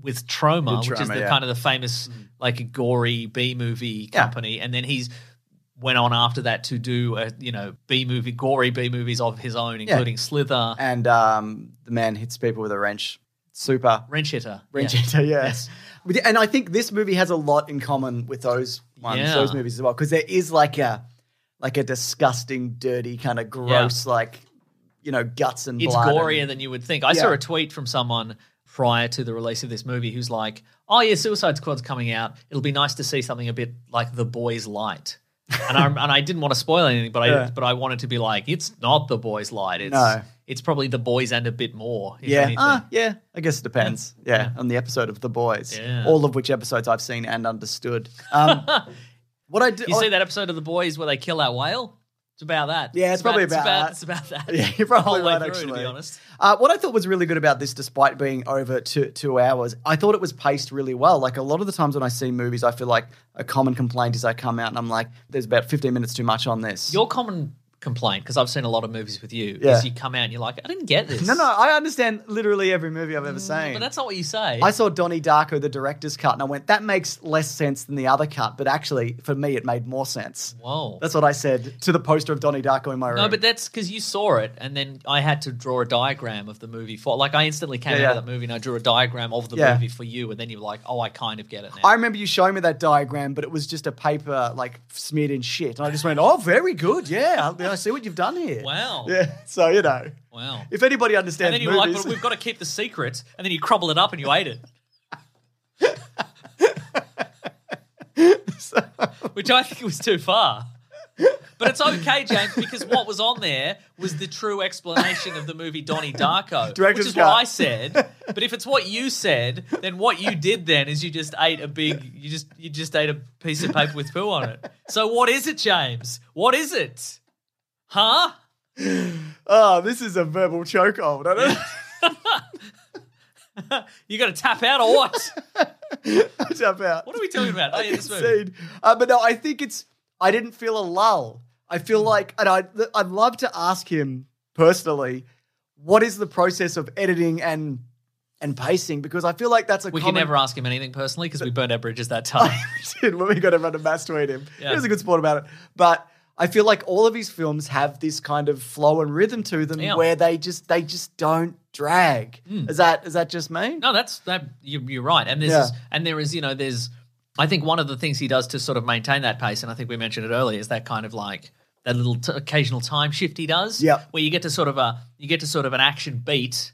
with Troma,
With
which is
Troma,
the
yeah. Mm-hmm.
kind of the famous like gory B movie company, and then he's went on after that to do a, you know B movie gory B movies of his own, including Slither,
and um, the man hits people with a wrench. Super.
Wrench Hitter,
Wrench
Yeah.
Eater, yes. With- And I think this movie has a lot in common with those ones,
Yeah.
those movies as well, because there is like a like a disgusting, dirty kind of gross, like you know, guts and
it's
blood. and-
gorier than you would think. I saw
Yeah.
a tweet from someone prior to the release of this movie who's like, "Oh yeah, Suicide Squad's coming out. It'll be nice to see something a bit like The Boys Light." and I and I didn't want to spoil anything, but I
Yeah.
but I wanted to be like, "It's not The Boys Light. It's
No.
it's probably The Boys and a bit more." If
yeah,
anything.
Ah, yeah. I guess it depends. Yeah, on the episode of The Boys,
Yeah.
all of which episodes I've seen and understood. Um, what I do,
you see that episode of The Boys where they kill that whale? It's about that.
Yeah, it's probably about that.
It's about, it's about that.
Yeah, you're
The whole
probably
way
right,
through, To
actually.
be honest,
Uh, what I thought was really good about this, despite being over two, two hours, I thought it was paced really well. Like a lot of the times when I see movies, I feel like a common complaint is I come out and I'm like, there's about 15 minutes too much on this.
your common complaint because I've seen a lot of movies with you.
Yeah.
Is you come out and you're like, I didn't get this.
No, no, I understand literally every movie I've ever seen.
Mm, But that's not what you say.
I saw Donnie Darko, the director's cut, and I went, that makes less sense than the other cut. But actually, for me, it made more sense.
Whoa.
That's what I said to the poster of Donnie Darko in my room.
No, but that's because you saw it, and then I had to draw a diagram of the movie for. Like, I instantly came
Yeah,
out
yeah.
of that movie and I drew a diagram of the
Yeah.
movie for you, and then you were like, "Oh, I kind of get it now."
I remember you showing me that diagram, but it was just a paper like smeared in shit. And I just went, oh, very good. Yeah, I, I see what you've done here.
wow,
Yeah, so, you know,
wow.
if anybody
and
understands
then you were like,
movies.
"But we've got to keep the secret," and then you crumble it up and you ate it. Which I think was too far. But it's okay, James, because what was on there was the true explanation of the movie Donnie Darko,
Director's
which is
cut.
what I said. But if it's what you said, then what you did then is you just ate a big, you just you just ate a piece of paper with poo on it. So what is it, James? What is it? Huh?
oh, this is a verbal chokehold. I don't
You got to tap out or what?
tap out.
What are we talking about? Oh, yeah, this movie.
Insane. Uh, but no, I think it's. I didn't feel a lull. I feel
Hmm.
like, and I, th- I'd love to ask him personally, what is the process of editing and and pacing? Because I feel like that's a
We can
common
never ask him anything personally because we burned our bridges that time.
did when we got to run a mass tweet him.
Yeah.
He was a good sport about it. But I feel like all of his films have this kind of flow and rhythm to them
Yeah.
where they just they just don't drag. Is that is that just me?
No, that's that. You, you're right, and this
Yeah.
is, and there is, you know, there's. I think one of the things he does to sort of maintain that pace, and I think we mentioned it earlier, is that kind of like that little t- occasional time shift he does,
Yep.
where you get to sort of a you get to sort of an action beat,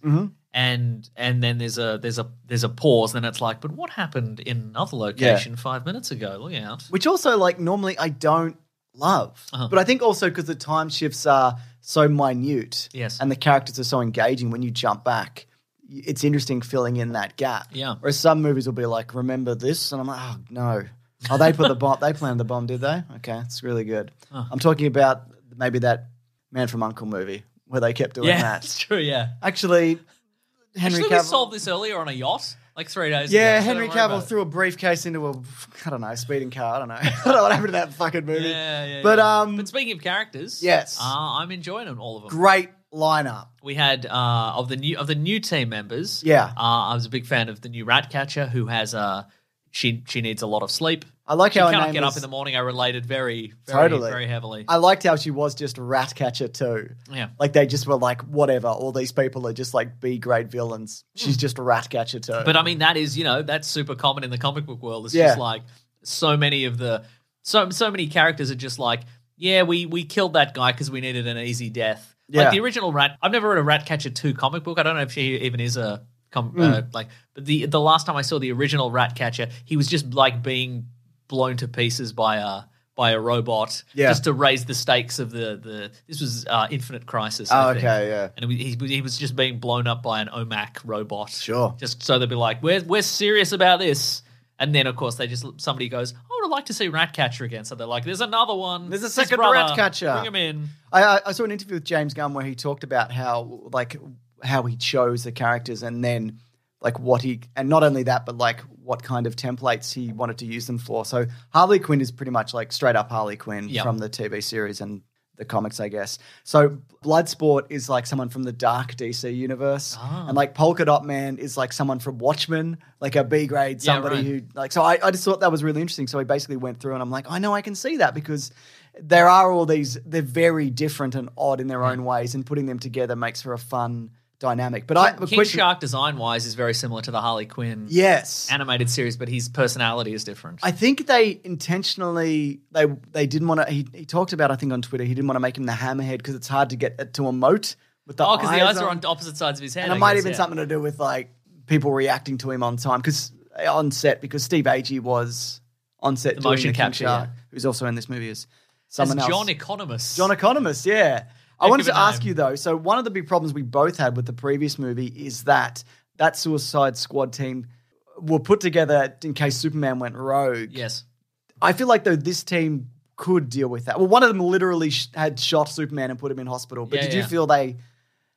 and and then there's a there's a there's a pause, and it's like, but what happened in another location five minutes ago? Look out!
which also like normally I don't love.
Uh-huh.
But I think also because the time shifts are so minute,
Yes.
and the characters are so engaging when you jump back. y- It's interesting filling in that gap.
Yeah.
Whereas some movies will be like, "Remember this," and I'm like, "Oh no." Oh, they put the bomb. They planned the bomb, did they? Okay, it's really good. I'm talking about maybe that Man from Uncle movie where they kept doing
yeah,
that.
it's true. Yeah,
Actually, Henry
actually, we
Cavill.
solved this earlier on a yacht, like three days. ago.
yeah,
so
Henry
don't worry
Cavill
about it.
threw a briefcase into a I don't know speeding car. I don't know. I don't know what happened to that fucking movie.
Yeah, yeah,
But
yeah.
um,
but speaking of characters,
Yes.
uh, I'm enjoying them, all of them.
great lineup.
We had uh, of the new of the new team members.
Yeah.
uh, I was a big fan of the new Ratcatcher, who has uh, she she needs a lot of sleep.
I like
She
how her
cannot
name
get
is-
up in the morning. I related very, very,
Totally.
very heavily.
I liked how she was just Ratcatcher too.
Yeah.
Like they just were like, whatever. All these people are just like B grade villains. She's just Ratcatcher too.
Hmm. But I mean, that is you know that's super common in the comic book world. It's
um, Yeah.
just like so many of the so so many characters are just like, yeah, we we killed that guy because we needed an easy death.
Yeah.
Like the original Rat. I've never read a Ratcatcher two comic book. I don't know if she even is a com- uh,
Hmm.
like. But the the last time I saw the original Ratcatcher, he was just like being blown to pieces by a by a robot.
Yeah.
Just to raise the stakes of the the this was uh, Infinite Crisis.
oh,
I think.
okay, yeah.
And he, he, he was just being blown up by an OMAC robot.
Sure.
Just so they'd be like, we're, we're serious about this. And then, of course, they just somebody goes, I would like to see Ratcatcher again. So they're like, there's another one.
There's a
His
second
brother.
Ratcatcher."
Bring him in.
I, I- I saw an interview with James Gunn where he talked about how like how he chose the characters and then like what he and not only that but like what kind of templates he wanted to use them for. So Harley Quinn is pretty much like straight up Harley Quinn
Yeah.
from the TV series and the comics, I guess. So Bloodsport is like someone from the dark DC universe, and like Polka Dot Man is like someone from Watchmen, like a B grade
Yeah,
somebody
right.
who like. So I, I just thought that was really interesting. So I basically went through and I'm like, I know I can see that because there are all these. They're very different and odd in
Hmm.
their own ways, and putting them together makes for a fun dynamic. But I have a
King
question.
Shark design wise is very similar to the Harley Quinn
yes,
animated series, but his personality is different.
I think they intentionally they they didn't want to. He, he talked about I think on Twitter he didn't want to make him the hammerhead because it's hard to get it to emote with the
oh, because the eyes are
on.
on opposite sides of his head.
and
I
it might
guess,
have been
yeah.
something to do with like people reacting to him on time because on set because Steve Agee was on set
The
doing
motion
the King
capture,
Shark,
yeah.
who's also in this movie as
As
someone else.
John Economist.
John Economist, yeah. I wanted
of
to
a
ask
name.
you though. So one of the big problems we both had with the previous movie is that that Suicide Squad team were put together in case Superman went rogue.
yes.
I feel like though this team could deal with that. Well, one of them literally sh- had shot Superman and put him in hospital. But
Yeah,
did you
yeah.
feel they?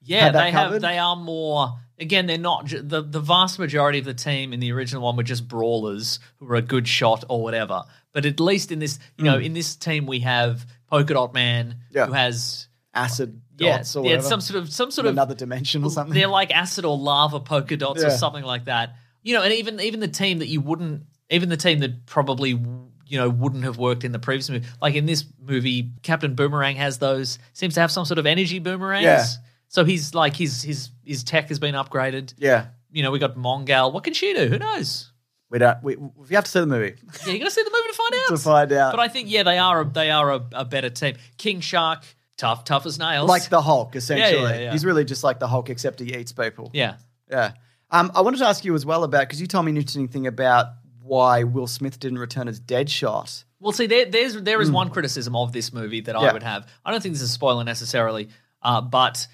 Yeah,
had that
they have.
covered?
They are more. again, they're not ju- the the vast majority of the team in the original one were just brawlers who were a good shot or whatever. But at least in this, you know, in this team we have Polka Dot Man
Hmm. Yeah.
who has
acid
yeah,
dots or
yeah,
whatever.
some sort of some sort
In
of
another dimension or something.
They're like acid or lava polka dots or
Yeah.
something like that. You know, and even even the team that you wouldn't, even the team that probably you know wouldn't have worked in the previous movie, like in this movie, Captain Boomerang has those. Seems to have some sort of energy boomerangs.
Yeah.
So he's like his his his tech has been upgraded.
yeah,
You know, we got Mongal. What can she do? Who knows?
we don't. We, we have to see the movie
Yeah, you got to see the movie to find out.
to find out.
But I think yeah, they are a, they are a, a better team. King Shark, tough, tough as nails.
like the Hulk, essentially.
yeah.
He's really just like the Hulk, except he eats people.
yeah.
Yeah. Um, I wanted to ask you as well about because you told me an interesting thing about why Will Smith didn't return as Deadshot.
Well, see, there, there's there is one criticism of this movie that I
Hmm. Yeah.
would have. I don't think this is a spoiler necessarily, uh, but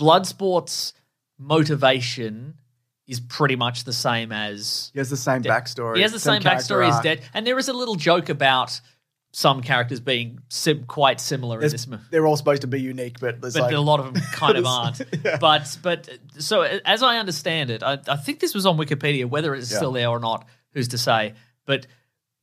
Bloodsport's motivation is pretty much the same as
He has the same backstory.
he has the same,
character
backstory as
arc.
Dead, and there is a little joke about some characters being sim- quite similar in
There's-
this movie.
They're all supposed to be unique, but there's
But
like
a lot of them kind of aren't. But but so as I understand it, I, I think this was on Wikipedia. Whether it's still there or not, who's to say? But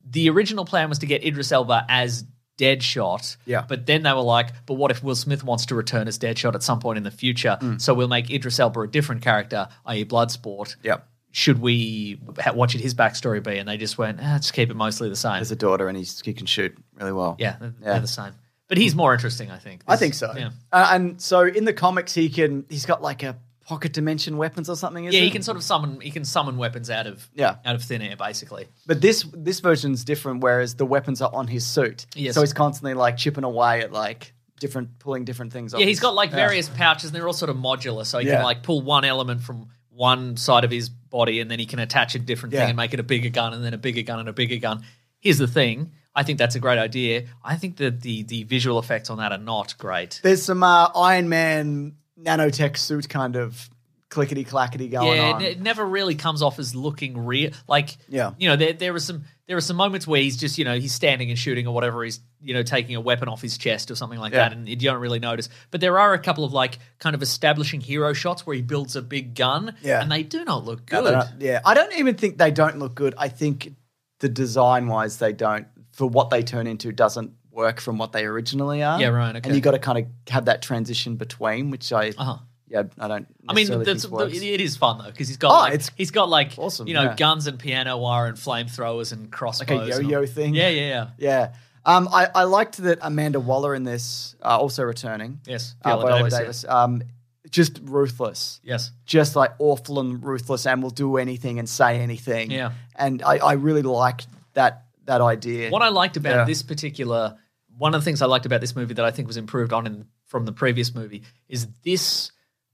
the original plan was to get Idris Elba as Deadshot.
Yeah.
But then they were like, but what if Will Smith wants to return as Deadshot at some point in the future?
Mm.
So we'll make Idris Elba a different character, i.e., Bloodsport.
Yep.
Should we? ha- What should his backstory be? And they just went, ah, just keep it mostly the same.
there's a daughter, and he's, he can shoot really well.
yeah, they're-
Yeah.
they're the same. But he's more interesting, I think.
I
This-
think so.
Yeah.
Uh, and so in the comics, he can he's got like a pocket dimension weapons or something. Is
yeah,
it?
he can sort of summon he can summon weapons out of
Yeah.
out of thin air basically.
But this this version's different, whereas the weapons are on his suit.
Yes.
So he's constantly like chipping away at like different pulling different things. off
Yeah, he's
his-
got like
Yeah.
various pouches and they're all sort of modular, so he
Yeah.
can like pull one element from one side of his body and then he can attach a different
Yeah.
thing and make it a bigger gun and then a bigger gun and a bigger gun. Here's the thing. I think that's a great idea. I think that the the visual effects on that are not great.
There's some uh, Iron Man nanotech suit kind of clickety clackety going
yeah,
on.
it- it never really comes off as looking real. Like,
Yeah.
you know, there there are some there are some moments where he's just you know he's standing and shooting or whatever. He's you know taking a weapon off his chest or something like
Yeah.
that, and you don't really notice. But there are a couple of like kind of establishing hero shots where he builds a big gun,
Yeah.
and they do not look
No,
good.
they're not- yeah, I don't even think they don't look good. I think the design wise, they don't for what they turn into doesn't work from what they originally are.
Yeah, right, okay.
And you got to kind of have that transition between, which I
Uh-huh.
yeah I don't.
I mean,
necessarily
that's,
think works.
it is fun though because he's got
Oh,
like,
it's
he's got like
awesome,
you know
yeah.
guns and piano wire and flamethrowers and crossbows, and all-
yo-yo thing.
Yeah, yeah, yeah.
yeah. Um, I, I liked that Amanda Waller in this uh, also returning.
Yes,
uh,
Viola
Viola
Davis, yeah.
Davis. Um, just ruthless.
Yes,
just like awful and ruthless and will do anything and say anything.
Yeah.
And I, I really liked that that idea.
What I liked about
Yeah.
this particular one of the things I liked about this movie that I think was improved on in, from the previous movie is this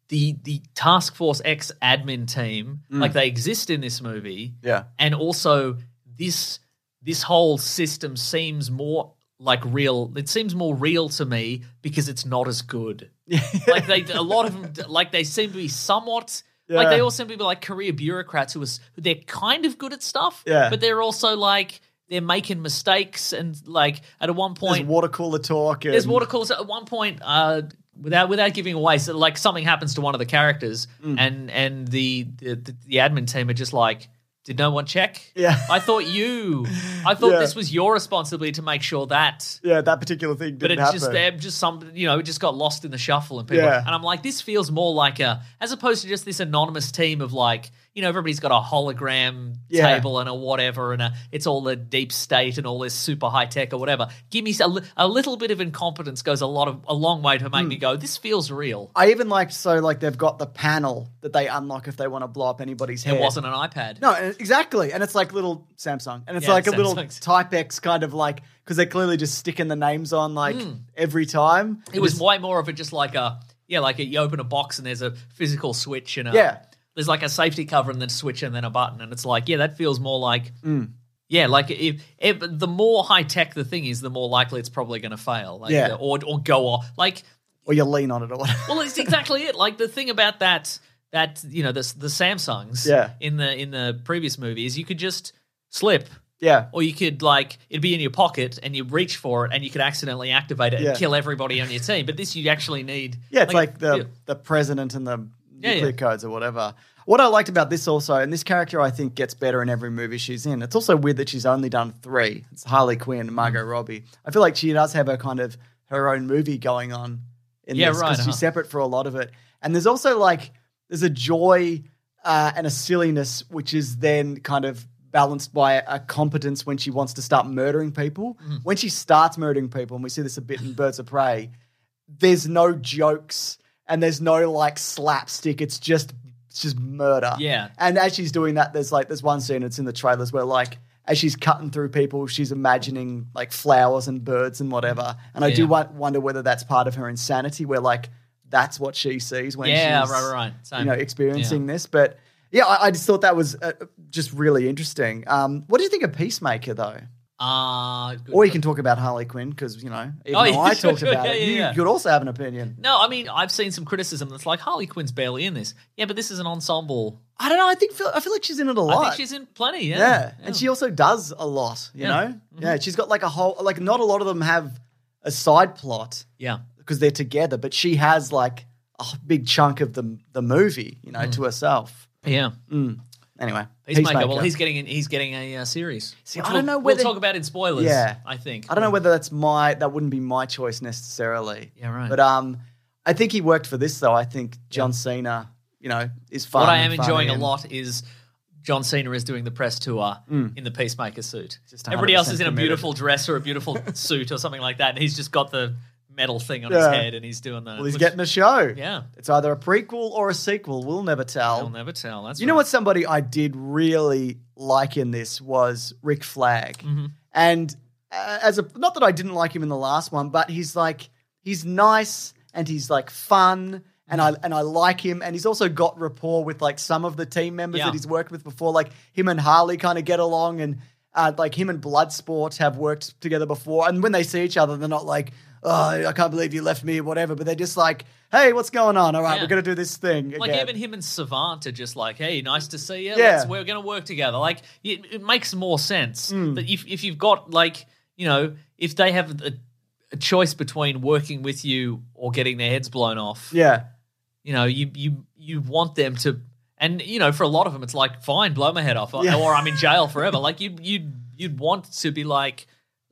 the the Task Force X admin team like they exist in this movie.
Mm. Yeah.
And also this this whole system seems more like real it seems more real to me because it's not as good. like they a lot of them like they seem to be somewhat like
Yeah.
they all seem to be like career bureaucrats who is they're kind of good at stuff
Yeah.
but they're also like they're making mistakes and like at one
there's
point
water cooler talk. And,
there's water coolers at one point uh without without giving away so like something happens to one of the characters
Mm.
and and the, the the admin team are just like did no one check
Yeah.
i thought you i thought
Yeah.
this was your responsibility to make sure that
Yeah, that particular thing didn't
but it
happen.
just they're just some you know it just got lost in the shuffle and people
Yeah.
and I'm like this feels more like a as opposed to just this anonymous team of like you know everybody's got a hologram
Yeah.
table and a whatever and a it's all the deep state and all this super high tech or whatever give me s- a, li- a little bit of incompetence goes a lot of a long way to
Hmm.
make me go this feels real
I even liked so like they've got the panel that they unlock if they want to blow up anybody's head.
it wasn't an iPad
No, and- exactly. And it's like little Samsung. And it's
Yeah,
like a little
Samsungs.
Type X kind of like, because they're clearly just sticking the names on like every time.
Hmm. it was way more of a just like a yeah like a, you open a box and there's a physical switch and a,
Yeah.
there's like a safety cover and then switch and then a button and it's like yeah that feels more like
Mm.
yeah like if, if the more high tech the thing is the more likely it's probably going to fail like,
Yeah.
or or go off like
Or you lean on it or whatever.
well it's exactly it like the thing about that that you know the the Samsungs
Yeah.
in the in the previous movie is you could just slip
yeah.
or you could like it'd be in your pocket and you reach for it and you could accidentally activate it
Yeah.
and kill everybody on your team. But this you actually need.
Yeah, it's like, the
yeah,
the president and the your clear codes or whatever. What I liked about this also, and this character I think gets better in every movie she's in. It's also weird that she's only done three. It's Harley Quinn and Margot
Mm.
Robbie. I feel like she does have her kind of her own movie going on in
Yeah,
this
right, uh-huh.
'cause
huh.
she's separate for a lot of it. And there's also like there's a joy uh, and a silliness which is then kind of balanced by a competence when she wants to start murdering people.
Mm.
When she starts murdering people, and we see this a bit in Birds of Prey, there's no jokes and there's no like slapstick. It's just it's just murder.
Yeah.
And as she's doing that, there's like there's one scene it's in the trailers where like as she's cutting through people, she's imagining like flowers and birds and whatever. And I do
Yeah.
wo- wonder whether that's part of her insanity, where like that's what she sees when
Yeah,
she's
right, right, right. Same.
you know experiencing this. But yeah, I, I just thought that was uh, just really interesting. Um, what do you think of Peacemaker though?
Ah, good
Or you can talk about Harley Quinn because you know even though
Oh, yeah,
I
sure,
talked
sure.
about
Yeah,
it,
yeah,
you
yeah.
could also have an opinion.
No, I mean I've seen some criticism that's like Harley Quinn's barely in this. Yeah, but this is an ensemble.
I don't know. I think feel, I feel like she's in it a lot.
I think she's in plenty. Yeah,
Yeah. And she also does a lot, you
Yeah. Mm-hmm.
know? Yeah. She's got like a whole, like, not a lot of them have a side plot
yeah,
because they're together, but she has like a big chunk of the, the movie, you know, to herself.
yeah.
Anyway.
Peacemaker. Well, Mm. he's getting in, he's getting a uh, series.
See,
which
I
we'll-
don't know
We'll
whether-
talk about in spoilers.
Yeah.
I think.
I don't know whether that's my, that wouldn't be my choice necessarily.
Yeah, right.
But um, I think he worked for this though. I think John Cena, you know, is fun.
What I am
and funny
enjoying a
and-
lot is John Cena is doing the press tour in the Peacemaker suit.
Mm. Just
Everybody else is in
100%
a
committed.
beautiful dress or a beautiful suit or something like that, and he's just got the metal thing on
Yeah.
his head and he's doing the.
Well, he's
which-
getting a show.
Yeah.
It's either a prequel or a sequel. We'll never tell.
I'll never tell. That's
you know
right.
what somebody I did really like in this was Rick Flag,
Mm-hmm.
and uh, as a not that I didn't like him in the last one, but he's like he's nice and he's like fun. And I and I like him, and he's also got rapport with like some of the team members
Yeah.
that he's worked with before. Like him and Harley kind of get along, and uh, like him and Bloodsport have worked together before. And when they see each other, they're not like, "Oh, I can't believe you left me," whatever. But they're just like, "Hey, what's going on? All right,
Yeah.
we're gonna do this thing."
Like
again."
even him and Savant are just like, hey, nice to see you.
Yeah.
Let's, we're going to work together. Like it, it makes more sense
Mm.
that if if you've got like you know if they have a, a choice between working with you or getting their heads blown off,
yeah,
you know you you you want them to, and you know for a lot of them it's like fine, blow my head off, or-
Yeah.
or I'm in jail forever. like you you you'd want to be like,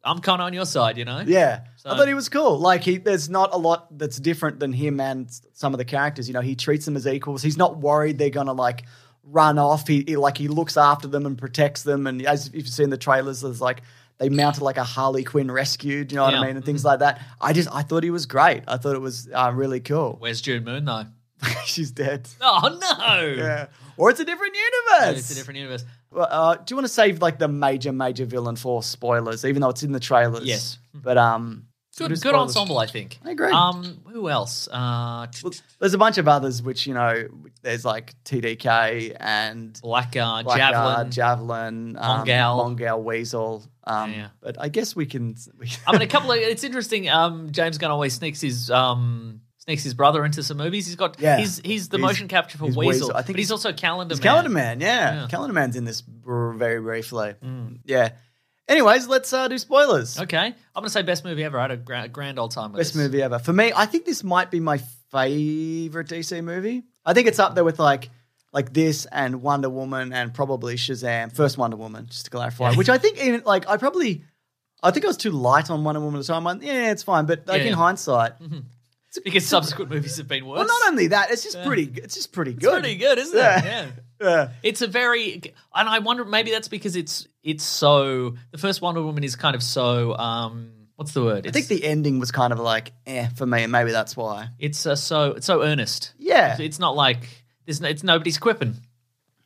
I'm kind of on your side, you know.
Yeah. I
So-
thought he was cool. Like he there's not a lot that's different than him and s- some of the characters. You know, he treats them as equals. He's not worried they're gonna like run off. He, he- like he looks after them and protects them. And as if you've seen the trailers, there's like they mounted like a Harley Quinn rescue, do you know what I
Yeah. Mm-hmm.
mean? And things like that. I just I thought he was great. I thought it was uh, really cool.
Where's June Moon though?
She's dead.
Oh no.
Yeah. Or it's a different universe.
It's a different universe.
Well, uh, do you want to save like the major, major villain for spoilers, even though it's in the trailers?
Yes.
But um
Good,
Good as
good
spoilers.
ensemble, I think.
I agree.
Um, who else? Uh, t-
Well, there's a bunch of others which you know. There's like TDK and
Blackguard,
Blackguard,
Javelin.
Javelin, um,
Mongal.
Mongal, Weasel. Um,
Yeah.
But I guess we can. We,
I mean, a couple of. It's interesting. Um, James Gunn always sneaks his um sneaks his brother into some movies. He's got.
Yeah.
He's he's the
He's-
motion capture for
he's
Weasel.
Weasel. I think
but he's
he's-
also Calendar
it's
Man.
Calendar Man, yeah.
Yeah. Mm.
Calendar Man's in this br- very briefly. Yeah. Anyways, let's uh, do spoilers.
Okay, I'm gonna say best movie ever. I had a gra- grand old time with
Best
this.
movie ever for me. I think this might be my favorite DC movie. I think it's up there with like. Like this and Wonder Woman and probably Shazam, first Wonder Woman, just to clarify. Which I think, even like, I probably I think I was too light on Wonder Woman at the time. I'm Like, yeah, it's fine, but like
Yeah, Mhm.
in
yeah.
hindsight,
because subsequent movies have been worse.
well, not only that, it's just pretty. It's just pretty
it's
good.
pretty good, isn't
Yeah.
it? Yeah.
Yeah.
It's a very, and I wonder maybe that's because it's it's so the first Wonder Woman is kind of so um what's the word?
I
It's-
think the ending was kind of like eh for me, and maybe that's why.
It's uh, so it's so earnest.
Yeah.
It's- it's not like there's no, it's nobody's quipping.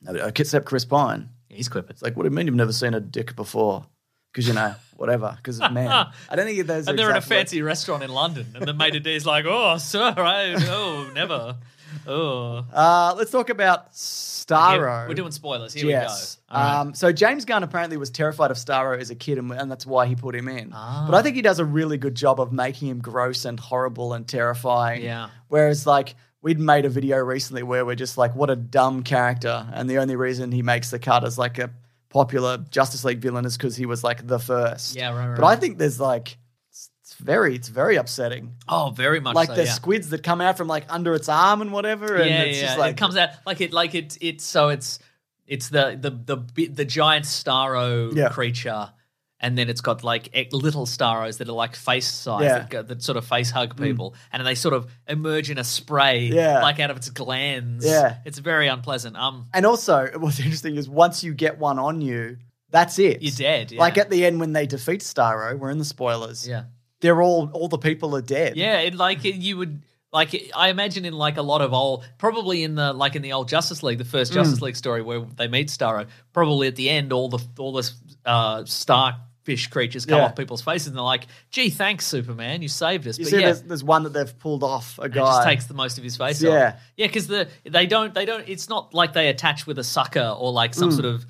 No, but- Except Chris Pine.
Yeah, he's quipping.
It's like, what do you mean you've never seen a dick before? Because you know, whatever. Because of men. I don't think those.
and
are
they're in
exact
a
words.
fancy restaurant in London, and the maitre d' is like, "Oh, sir, I oh never, oh."
Uh, let's talk about Starro.
Here- we're doing spoilers. Here
yes.
we go. All right.
Um, so James Gunn apparently was terrified of Starro as a kid, and, and that's why he put him in.
Ah.
But I think he does a really good job of making him gross and horrible and terrifying.
Yeah.
Whereas, like, we'd made a video recently where we're just like, what a dumb character, and the only reason he makes the cut as like a popular Justice League villain is because he was like the first.
Yeah, right, right,
But I
right.
think there's like. s- very, it's very upsetting.
Oh, very much
like
so,
the
yeah.
squids that come out from like under its arm and whatever, and
yeah,
it's
yeah.
just
it
like
comes out like it, like it, it's so it's it's the the the bi- the giant starro
Yeah.
creature, and then it's got like e- little staros that are like face size
Yeah. Mm.
that, go, that sort of face hug people, and they sort of emerge in a spray,
Yeah.
like out of its glands.
Yeah.
it's very unpleasant. Um,
And also, what's interesting is once you get one on you, that's it.
You're dead, yeah.
Like at the end when they defeat Starro, we're in the spoilers.
yeah,
They're all all the people are dead.
yeah. It, like it, you would. Like I imagine in like a lot of old, probably in the like in the old Justice League, the
Mm.
first Justice League story where they meet Starro, probably at the end, all the all the uh, Stark fish creatures come
Yeah.
off people's faces, and they're like, "Gee, thanks, Superman, you saved us."
You
but
see,
yeah,
there's, there's one that they've pulled off a
it just
guy.
takes the most of his face
Yeah.
off. Yeah, because the they don't they don't. It's not like they attach with a sucker or like
Mm.
some sort of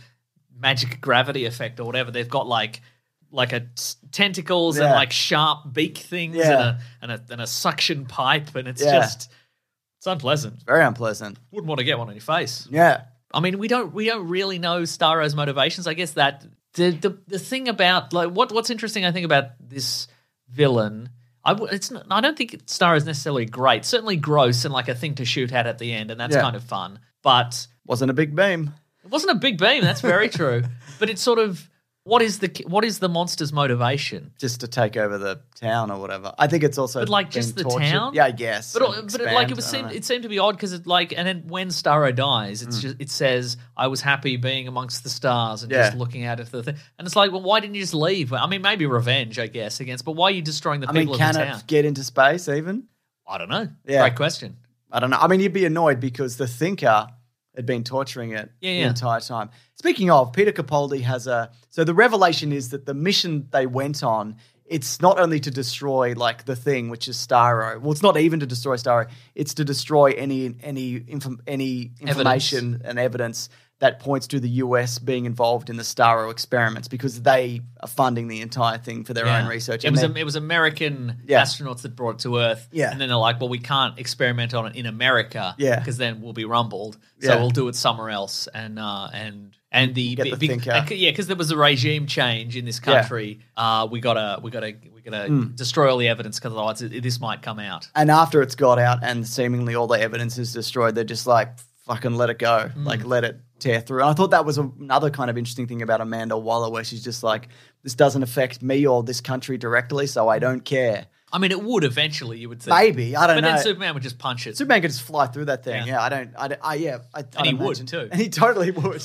magic gravity effect or whatever. They've got like like a s- tentacles and
Yeah.
like sharp beak things
Yeah.
and, a, and a and a suction pipe, and it's
Yeah.
just it's unpleasant.
Very unpleasant.
Wouldn't want to get one on your face.
Yeah.
I mean, we don't we don't really know Starro's motivations. I guess that the the, the thing about like what what's interesting, I think about this villain. I w- it's not, I don't think Starro's necessarily great. Certainly gross and like a thing to shoot at at the end, and that's
Yeah.
kind of fun. But
Wasn't a big beam.
it wasn't a big beam. That's very true. But it's sort of what is the what is the monster's motivation?
Just to take over the town or whatever. I think it's also
But, like,
been
just the
tortured.
town?
Yeah, I guess.
But, uh,
and
but it,
expand,
like it was
I Hmm. don't
seemed,
know.
it seemed to be odd because it like and then when Starro dies, it's just it says I was happy being amongst the stars and just
Yeah.
looking out at the thing. And it's like, well, why didn't you just leave? I mean, maybe revenge, I guess, against. But why are you destroying the
I
people
mean,
of
can
the
it
town?
get into space even?
I don't know.
Yeah.
Great question.
I don't know. I mean, you'd be annoyed because the thinker had been torturing it
Yeah,
the
yeah.
entire time. Speaking of, Peter Capaldi has a. So the revelation is that the mission they went on, it's not only to destroy like the thing, which is Starro. Well, it's not even to destroy Starro. It's to destroy any any inf- any information and evidence that points to the US being involved in the Starro experiments because they are funding the entire thing for their
Yeah.
own research.
It
and
was
they're-
it was American
Yeah.
astronauts that brought it to Earth.
Yeah.
And then they're like, well, we can't experiment on it in America.
Yeah.
Because then we'll be rumbled. So
Yeah.
we'll do it somewhere else. And uh and and the,
Get the thinker.
and c- yeah, because there was a regime change in this
Yeah. Hmm.
country. Uh, we gotta we gotta we gotta destroy all the evidence because otherwise it, this might come out.
And after it's got out and seemingly all the evidence is destroyed, they're just like, fucking let it go.
Mm.
Like, let it tear through. And I thought that was a- another kind of interesting thing about Amanda Waller, where she's just like, this doesn't affect me or this country directly, so I don't care.
I mean, it would eventually. You would think.
Maybe. I don't
But
know.
then Superman would just punch it.
Superman could just fly through that thing.
Yeah.
Yeah, I don't. I, don't- I yeah. I, and
he would, too.
And he totally would.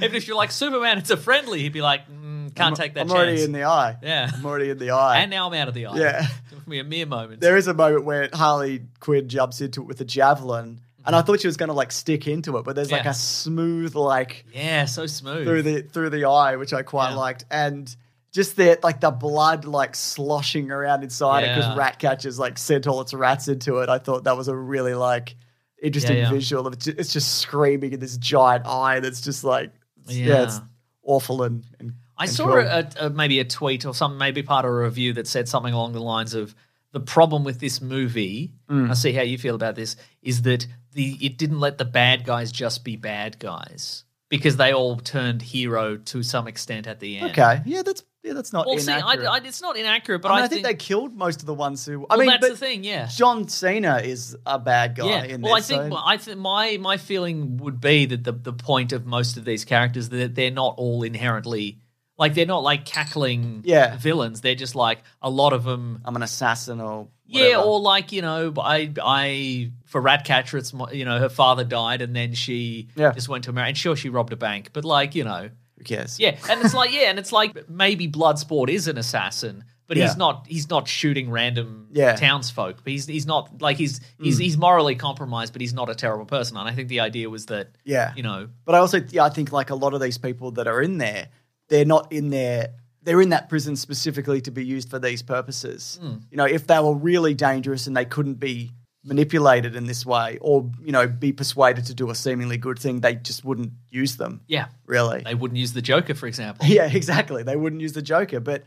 Even if you're like Superman, it's a friendly. He'd be like, mm, can't take that
I'm
chance.
already in the eye.
Yeah.
I'm already in the eye.
and now I'm out of the eye.
Yeah.
Took me a mere moment.
There is a moment where Harley Quinn jumps into it with a javelin, and I
Mm-hmm.
thought she was going to like stick into it, but there's like
Yeah.
a smooth like
yeah, so smooth.
through the through the eye, which I quite
Yeah.
liked, and just the like the blood like sloshing around inside it
Yeah.
because Ratcatcher's like sent all its rats into it. I thought that was a really like interesting
yeah.
visual of it. ju- it's just screaming in this giant eye that's just like yeah, it's
Yeah.
awful and, and
I
and
saw
cool.
a, a, maybe a tweet or some maybe part of a review that said something along the lines of the problem with this movie.
Mm.
I see how you feel about this. Is that the it didn't let the bad guys just be bad guys because they all turned hero to some extent at the end.
okay, yeah, that's yeah, that's not
Well, see, I,
inaccurate.
I, it's not inaccurate, but
I, mean,
I,
I think, they killed most of the ones who. I
well,
mean,
that's
but
the thing. Yeah.
John Cena is a bad guy.
Yeah.
in
well, I
this,
think
so-
well, I think my my feeling would be that the the point of most of these characters that they're not all inherently like they're not like cackling
Yeah.
villains. They're just like a lot of them.
I'm an assassin or
Yeah,
whatever.
or like you know, I I for Ratcatcher, it's mo- you know her father died and then she
Yeah.
just went to America. And sure, she robbed a bank, but like you know,
who cares?
yeah, and it's like yeah, and it's like maybe Bloodsport is an assassin, but
Yeah.
he's not. He's not shooting random
Yeah. Hmm.
townsfolk. But he's he's not like he's he's he's morally compromised, but he's not a terrible person. And I think the idea was that
Yeah.
you know,
But I also, yeah, I think like a lot of these people that are in there, they're not in there. They're in that prison specifically to be used for these purposes.
Hmm.
You know, if they were really dangerous and they couldn't be manipulated in this way, or you know, be persuaded to do a seemingly good thing, they just wouldn't use them.
yeah,
Really.
they wouldn't use the Joker, for example.
Yeah, exactly. They wouldn't use the Joker, but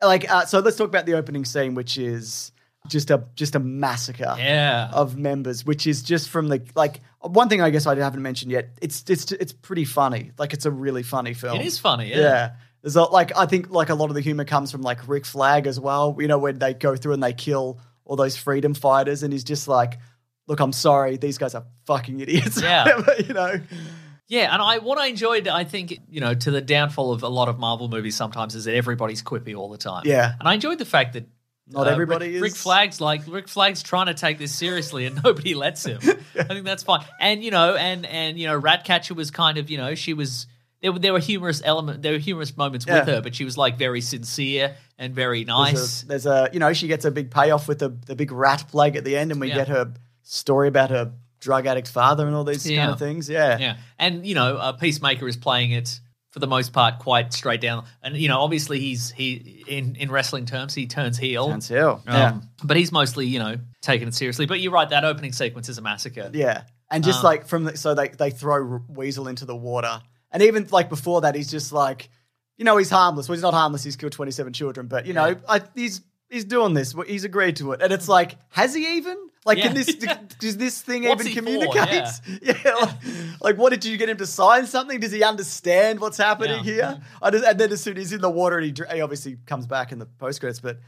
like, uh, so let's talk about the opening scene, which is just a just a massacre
Yeah,
of members, which is just from the like one thing I guess I haven't mentioned yet. It's it's it's pretty funny. Like it's a really funny film.
it is funny.
Yeah. There's a, like I think like a lot of the humor comes from like Rick Flag as well. You know when they go through and they kill all those freedom fighters, and he's just like, "Look, I'm sorry, these guys are fucking idiots."
Yeah.
you know.
Yeah, and I what I enjoyed, I think, you know, to the downfall of a lot of Marvel movies sometimes is that everybody's quippy all the time.
Yeah.
and I enjoyed the fact that uh,
Not everybody
Rick,
is.
Rick Flag's like Rick Flag's trying to take this seriously, and nobody lets him. I think that's fine. And you know, and and you know, Ratcatcher was kind of you know she was. There were, there were humorous element, there were humorous moments with
Yeah.
her, but she was like very sincere and very
There's
nice.
a, there's a- you know, she gets a big payoff with the, the big rat plague at the end, and we
Yeah.
get her story about her drug addict father and all these kind
Yeah.
of things. Yeah.
Yeah, and you know, uh, Peacemaker is playing it for the most part quite straight down, and you know, obviously he's he in in wrestling terms he turns heel,
Terence Hill. yeah.
Um, but he's mostly you know taking it seriously. But you're right, that opening sequence is a massacre.
Yeah. And
Um,
just like from the, so they, they throw Weasel into the water. And even like before that, he's just like, you know, he's harmless. Well, he's not harmless. He's killed 27 children, but you know, I, he's, he's doing this. He's agreed to it. And it's like, has he even? Like, can
Yeah.
this, does this thing
What's
even
he for?
communicate? Yeah. like, like, what did you get him to sign something? Does he understand what's happening
Yeah.
here? I just, and then as soon as he's in the water and he, dr- he obviously comes back in the post credits, but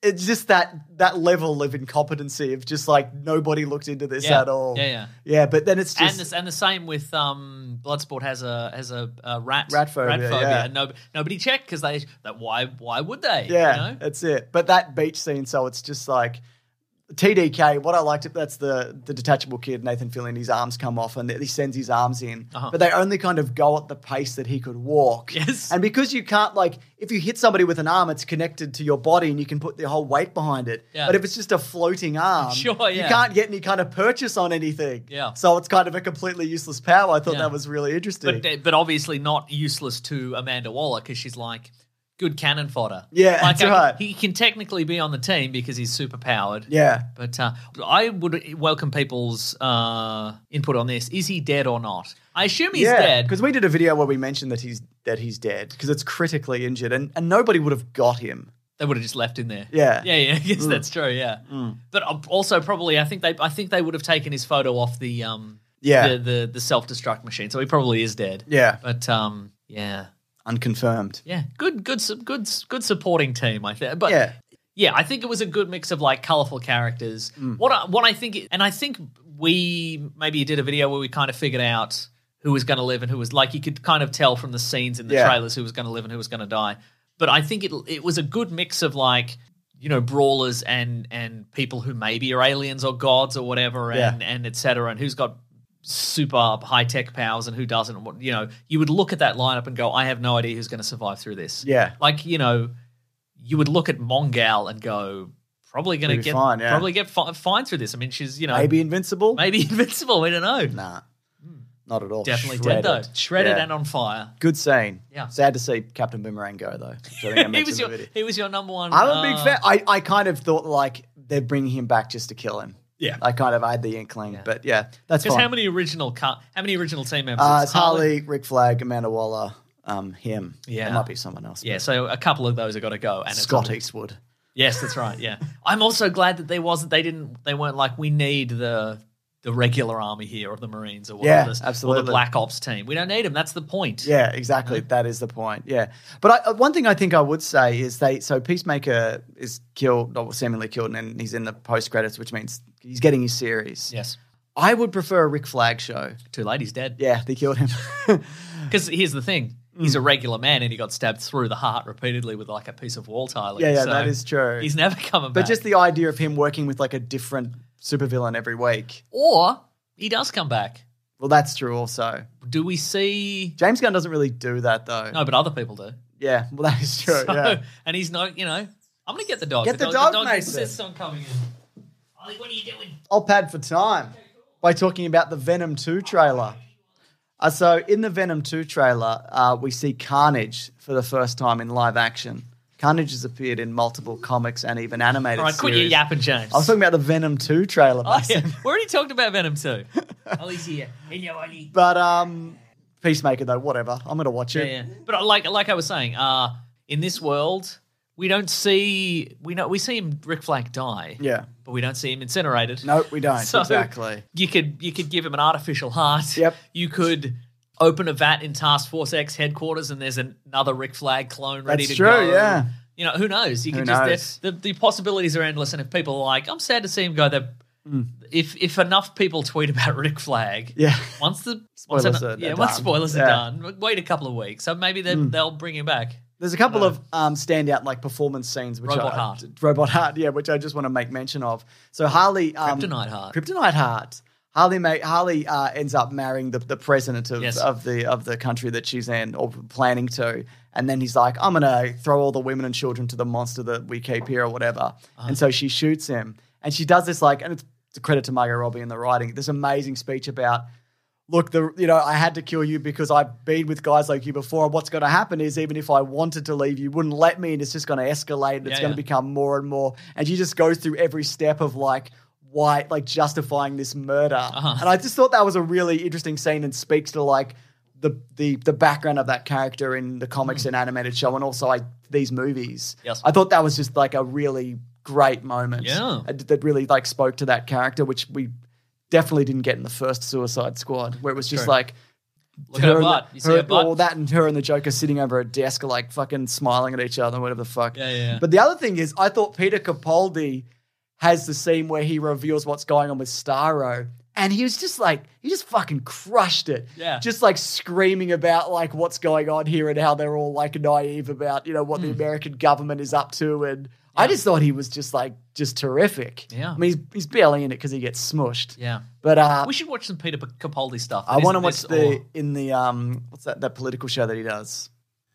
it's just that, that level of incompetency of just like, nobody looked into this
Yeah.
at all.
Yeah, yeah.
Yeah, but then it's
And
just
the, and the same with um, Bloodsport has a has a, a rat
Rat phobia, yeah.
and no, nobody checked because they that why why would they
yeah,
you know?
that's it. But that beach scene, so it's just like TDK. What I liked, that's the the detachable kid Nathan Fillion. His arms come off, and he sends his arms in,
Uh-huh.
but they only kind of go at the pace that he could walk.
Yes.
and because you can't like if you hit somebody with an arm, it's connected to your body, and you can put the whole weight behind it.
Yeah.
But if it's just a floating arm,
Sure,
you
yeah.
can't get any kind of purchase on anything.
Yeah.
so it's kind of a completely useless power. I thought
Yeah.
that was really interesting.
but but obviously not useless to Amanda Waller because she's like good cannon fodder.
Yeah,
like,
that's
I-
right.
He can technically be on the team because he's super powered.
yeah,
But uh, I would welcome people's uh, input on this. Is he dead or not? I assume he's dead.
Because we did a video where we mentioned that he's that he's dead because it's critically injured, and, and nobody would have got him.
They would have just left him there.
Yeah. Mm.
yeah, yeah. I guess that's true. Yeah, but uh, also probably I think they I think they would have taken his photo off the um
Yeah.
the the, the self destruct machine, so he probably is dead.
Yeah,
But um yeah
unconfirmed.
yeah good good su- good s- good supporting team I think. But
yeah,
Yeah, I think it was a good mix of like colorful characters.
Mm.
What I, what I think, and I think we maybe did a video where we kind of figured out who was going to live and who was like you could kind of tell from the scenes in the
Yeah.
trailers who was going to live and who was going to die. But I think it it was a good mix of like you know brawlers and and people who maybe are aliens or gods or whatever
Yeah.
and and etc. And who's got super high tech powers and who doesn't. and what- You know, you would look at that lineup and go, I have no idea who's going to survive through this
yeah,
like you know, you would look at Mongal and go, probably going
Maybe
to get
fine, yeah.
probably get fi- fine through this. I mean, she's you know
maybe invincible.
maybe invincible. I don't know.
Nah, not at all.
Definitely
Shredded.
dead though, shredded
Yeah.
and on fire.
good scene.
Yeah.
sad to see Captain Boomerang go though. which I think I
he
mentioned in
was
the
your
video.
he was your number one.
I'm a big
uh,
fan. I, I kind of thought like they're bringing him back just to kill him.
Yeah.
I kind of I had the inkling, but yeah, that's
Because
fine.
how many original ca- how many original team members?
uh,
It's
it's Harley, Rick Flag, Amanda Waller, um, him.
Yeah.
it might be someone else.
Yeah, so a couple of those have got to go. And
but
it's-
Scott Eastwood.
Yes, that's right. Yeah, I'm also glad that they wasn't. They didn't. They weren't like we need the the regular army here of the Marines or
Yeah,
whatever. Or the
absolutely.
Black Ops team. We don't need them. That's the point.
Yeah, exactly. That is the point. Yeah, but I, uh, one thing I think I would say is they so Peacemaker is killed, or seemingly killed, and then he's in the post credits, which means he's getting his series.
Yes.
I would prefer a Rick Flag show.
Two ladies dead.
Yeah, they killed him.
Because here's the thing: he's
Mm.
a regular man, and he got stabbed through the heart repeatedly with like a piece of wall tiling.
yeah, yeah,
so
that is true.
He's never coming
but
back.
just the idea of him working with like a different supervillain every week.
or he does come back.
Well, that's true. Also,
Do we see?
James Gunn doesn't really do that though.
No, but other people do.
Yeah, well, that is true.
So-
yeah.
And he's no, you know, I'm gonna get the dog.
Get the dog, Mason.
insists on coming in. Ollie, what are you doing?
I'll pad for time by talking about the Venom 2 trailer. Uh, so, in the Venom 2 trailer, uh, we see Carnage for the first time in live action. Carnage has appeared in multiple comics and even animated
All right, quit your
series.
yapping, James.
I was talking about the Venom 2 trailer,
Oh, yeah.
Mason.
We already talked about Venom too. Ollie's here. Hello, Ollie.
but um, Peacemaker, though, whatever. I'm going to watch
Yeah,
it.
yeah. But I- like, like I was saying, uh, in this world, we don't see we know we see him Rick Flag die.
Yeah.
but we don't see him incinerated.
Nope, we don't.
So-
exactly.
You could you could give him an artificial heart.
Yep.
You could open a vat in Task Force X headquarters and there's another Rick Flag clone ready
That's
to
true,
go.
yeah.
You know, who knows? You
Who
can
knows?
just the, the possibilities are endless. And if people are like, I'm sad to see him go, that if if enough people tweet about Rick Flag,
Hmm. Yeah.
once the
Spoilers
once,
are- are
yeah, once
done.
spoilers
Yeah. Hmm.
are done, wait a couple of weeks. So maybe they, they'll bring him back.
There's a couple of um, standout like performance scenes, which
Uh, Robot
I,
Heart.
Robot Heart, yeah, which I just want to make mention of. So Harley, um,
Kryptonite Heart.
Kryptonite Heart. Harley, ma- Harley uh, ends up marrying the, the president of,
Yes.
of the of the country that she's in or planning to, and then he's like, "I'm gonna throw all the women and children to the monster that we keep here or whatever,"
Uh-huh.
and so she shoots him, and she does this like, and it's, it's a credit to Margot Robbie in the writing. This amazing speech about look, the you know, I had to kill you because I've been with guys like you before. And what's going to happen is, even if I wanted to leave, you wouldn't let me, and it's just going to escalate. And it's
Yeah,
going to
yeah.
become more and more. And she just goes through every step of like why, like justifying this murder.
Uh-huh.
And I just thought that was a really interesting scene and speaks to like the the the background of that character in the comics and animated show, and also like these movies.
Hmm. Yes.
I thought that was just like a really great moment.
Yeah.
uh, that really like spoke to that character, which we definitely didn't get in the first Suicide Squad, where it was just
True.
like
Look at her
and the-
butt. You see her butt?
all that, and her and the Joker sitting over a desk, like fucking smiling at each other, whatever the fuck.
Yeah, yeah, yeah.
But the other thing is, I thought Peter Capaldi has the scene where he reveals what's going on with Starro. And he was just like, he just fucking crushed it.
Yeah.
Just like screaming about like what's going on here and how they're all like naive about, you know, what
Hmm.
the American government is up to. And I just thought he was just like, just terrific.
Yeah.
I mean, he's, he's barely in it because he gets smushed.
Yeah.
But uh,
We should watch some Peter Capaldi stuff.
I want to
Isn't
watch
this
the
all-
in the um what's that that political show that he does.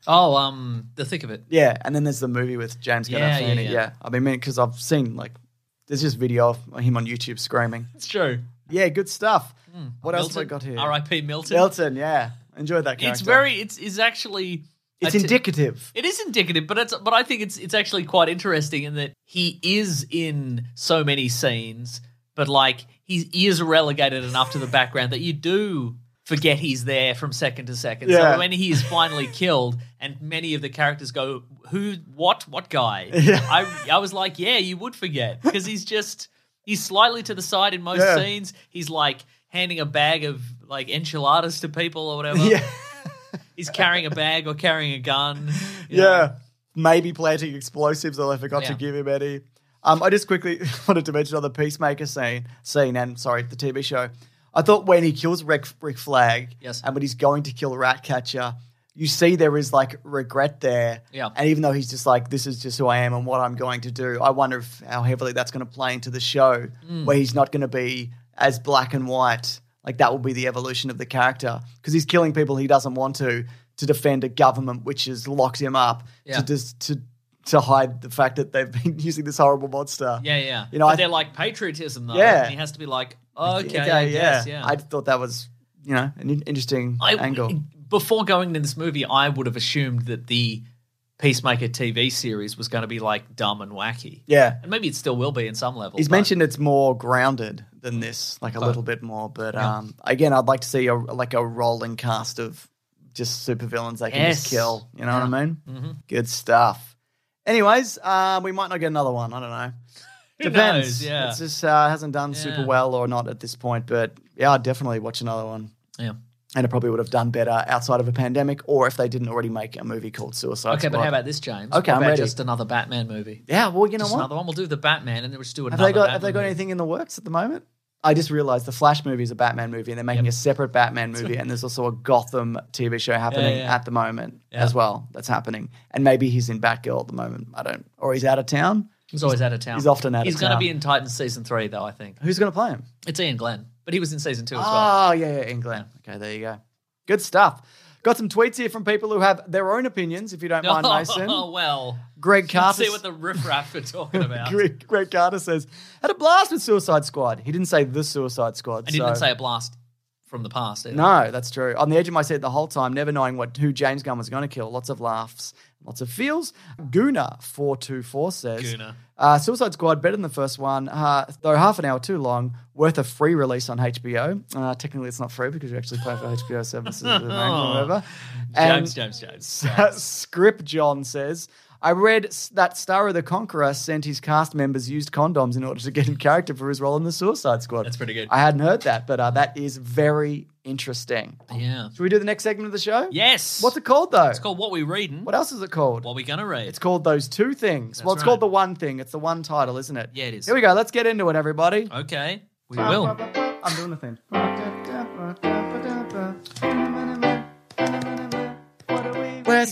oh, um, the thick of it.
Yeah, and then there's the movie with James
Yeah,
Gandolfini. Yeah,
yeah, yeah.
I mean, because I've seen like there's just video of him on YouTube screaming.
It's true.
Yeah, good stuff. what else have I
Hmm. Milton,
got here?
R.I.P. Milton.
Elton. Yeah, enjoyed that. Character.
It's very. It's is actually. a
It's
t-
indicative.
It is indicative, but it's but I think it's it's actually quite interesting in that he is in so many scenes, but like he he is relegated enough to the background that you do forget he's there from second to second.
Yeah.
So when he is finally killed and many of the characters go, Who what what guy? I I was like, Yeah, you would forget. Because he's just he's slightly to the side in most
Yeah.
scenes. He's like handing a bag of like enchiladas to people or whatever.
yeah,
He's carrying a bag or carrying a gun. you know.
yeah. Maybe planting explosives, although I forgot to
Yeah.
give him any. Um, I just quickly wanted to mention on the Peacemaker scene, scene, and sorry, the TV show. I thought when he kills Rick, Rick Flag,
Yes.
and when he's going to kill Ratcatcher, you see there is like regret there.
Yeah.
And even though he's just like, this is just who I am and what I'm going to do, I wonder if, how heavily that's going to play into the show
Mm.
where he's not going to be as black and white. Like that will be the evolution of the character because he's killing people he doesn't want to to defend a government which has locked him up
Yeah.
to just to to hide the fact that they've been using this horrible monster.
Yeah, yeah.
You know,
But
I-
they're like patriotism, though.
Yeah.
And he has to be like, okay, I guess, yeah.
I thought that was you know an in- interesting
I-
angle.
Before going into this movie, I would have assumed that the Peacemaker TV series was going to be like dumb and wacky.
Yeah.
And maybe it still will be in some level.
He's
but-
mentioned it's more grounded than this, like a little bit more. But um, again, I'd like to see a like a rolling cast of just supervillains they can just
Yes.
kill. You know what I mean? Mm-hmm. Good stuff. Anyways, uh, we might not get another one. I don't know.
Who
Depends.
knows? Yeah.
It's just uh, hasn't done super
Yeah.
well or not at this point. But yeah, I'd definitely watch another one.
yeah.
And it probably would have done better outside of a pandemic, or if they didn't already make a movie called Suicide
Okay,
Squad.
but how about this, James?
Okay, I'm
What about
ready.
just another Batman movie.
yeah? Well, you know
Just
what?
another one. We'll do the Batman, and then we'll just do
Have
another.
they got
Batman
Have they got
movie.
anything in the works at the moment? I just realized the Flash movie is a Batman movie, and they're making a separate Batman movie, and there's also a Gotham TV show happening
yeah.
at the moment
Yeah.
as well. That's happening, and maybe he's in Batgirl at the moment. I don't, or he's out of town.
He's always out of town.
he's often out of
He's going to
town.
be in Titans season three, though. I think
Who's going to play him?
it's Ian Glenn, but he was in season two as well.
Oh yeah, yeah, England. Okay, there you go. Good stuff. Got some tweets here from people who have their own opinions. If you don't mind, Mason.
Oh well.
Greg
Let's
Carter.
see what the riffraff are talking about.
Greg, Greg Carter says had a blast with Suicide Squad. He didn't say the Suicide Squad.
I didn't
so-
say a blast from the past. Either.
No, that's true. On the edge of my seat the whole time, never knowing what who James Gunn was going to kill. Lots of laughs, lots of feels. Guna four two four says.
Guna.
Uh, Suicide Squad better than the first one, uh, though half an hour too long. Worth a free release on HBO. Uh, technically, it's not free because you actually pay for HBO services, or whatever.
James,
And-
James, James.
Script John says, I read s- that Star of the Conqueror sent his cast members used condoms in order to get him character for his role in the Suicide Squad.
That's pretty good.
I hadn't heard that, but uh, that is very interesting.
yeah.
Should we do the next segment of the show?
Yes.
What's it called though?
It's called What We Reading.
What else is it called?
What We Gonna Read.
It's called those two things. well, it's
right.
called the one thing. It's the one title, isn't it?
Yeah, it is.
Here we go. Let's get into it, everybody.
Okay. We will.
I'm doing the thing.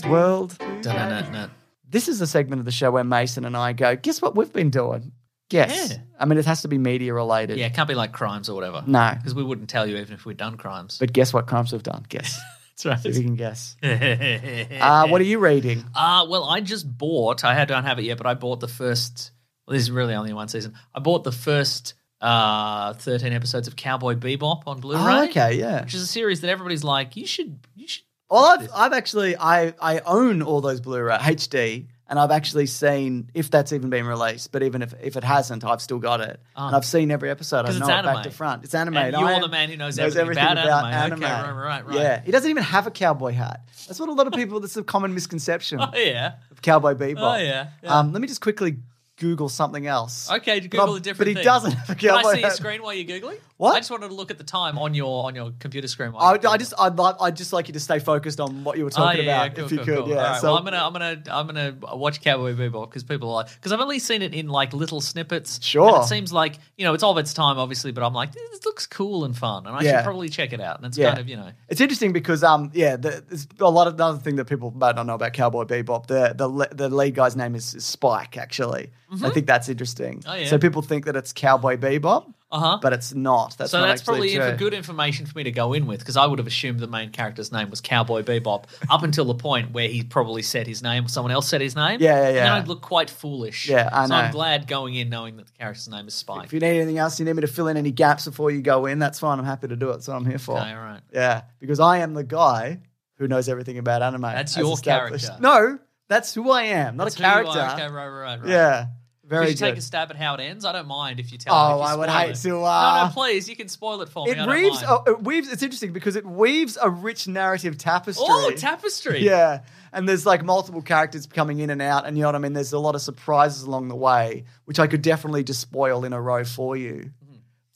Westworld.
Da-na-na-na.
This is the segment of the show where Mason and I go, guess what we've been doing? Guess.
Yeah.
I mean, it has to be media related.
Yeah, it can't be like crimes or whatever.
No.
Because we wouldn't tell you even if we'd done crimes.
But guess what crimes we've done? Guess.
That's
See if you can guess.
right.
Uh, what are you reading?
Uh, well, I just bought. I had- don't have it yet, but I bought the first. Well, this is really only one season. I bought the first uh, thirteen episodes of Cowboy Bebop on Blu-ray.
Oh, okay, yeah.
which is a series that everybody's like, you should, you should.
Well, I've, I've actually I I own all those Blu-ray HD, and I've actually seen if that's even been released. But even if, if it hasn't, I've still got it, and I've seen every episode. I
Ah. 'Cause
know
it's
it
anime.
back to front. It's anime.
And
and
you're
I am-
the man who knows everything about anime. Okay, right, right, right.
Yeah, he doesn't even have a cowboy hat. That's what a lot of people. that's a common misconception
Oh yeah,
of Cowboy Bebop.
Oh, yeah, yeah.
Um, let me just quickly Google something else.
okay.
But
Google
I'm-
a different.
But he
thing.
doesn't have a
Can I
cowboy
see your
hat.
screen while you're googling?
What?
I just wanted to look at the time on your on your computer screen. While
I,
you're
I
Googling.
just I'd like I'd just like you to stay focused on what you were
Oh,
talking
yeah,
about
cool,
if you
cool,
could.
cool.
Yeah.
All right,
so
well, I'm gonna, I'm gonna, I'm gonna watch Cowboy Bebop because people are like, because I've only seen it in like little snippets.
Sure.
And it seems like you know it's all of its time, obviously, but I'm like, this looks cool and fun, and I
Yeah.
should probably check it out. And it's
Yeah.
kind of you know,
It's interesting because um yeah, the, there's a lot of another thing that people might not know about Cowboy Bebop. The the le- the lead guy's name is, is Spike actually. I think that's interesting.
Mm-hmm. Oh, yeah.
So people think that it's Cowboy Bebop,
uh huh.
but it's not. That's
So
not
that's
actually
probably inf-
true.
good information for me to go in with because I would have assumed the main character's name was Cowboy Bebop up until the point where he probably said his name or someone else said his name.
Yeah, yeah,
And then
yeah.
I'd look quite foolish.
Yeah, I
So I'm
know.
glad going in knowing that the character's name is Spike.
If you need anything else, you need me to fill in any gaps before you go in. That's fine. I'm happy to do it. That's what I'm here for.
Okay, all right.
Yeah, because I am the guy who knows everything about anime.
That's
as
your
established.
character.
No, that's who I am. Not
That's
a
who you are.
character.
Okay, right, right, right.
Yeah, very
Could you take
good.
a stab at how it ends? I don't mind if you tell
Oh,
me. if you
I would
spoil
hate
it.
to, uh,
no, no, please. You can spoil it for me. I
It
don't
weaves,
mind.
oh, it weaves. It's interesting because it weaves a rich narrative tapestry.
Oh, tapestry.
Yeah, and there's like multiple characters coming in and out, and you know what I mean. There's a lot of surprises along the way, which I could definitely just spoil in a row for you,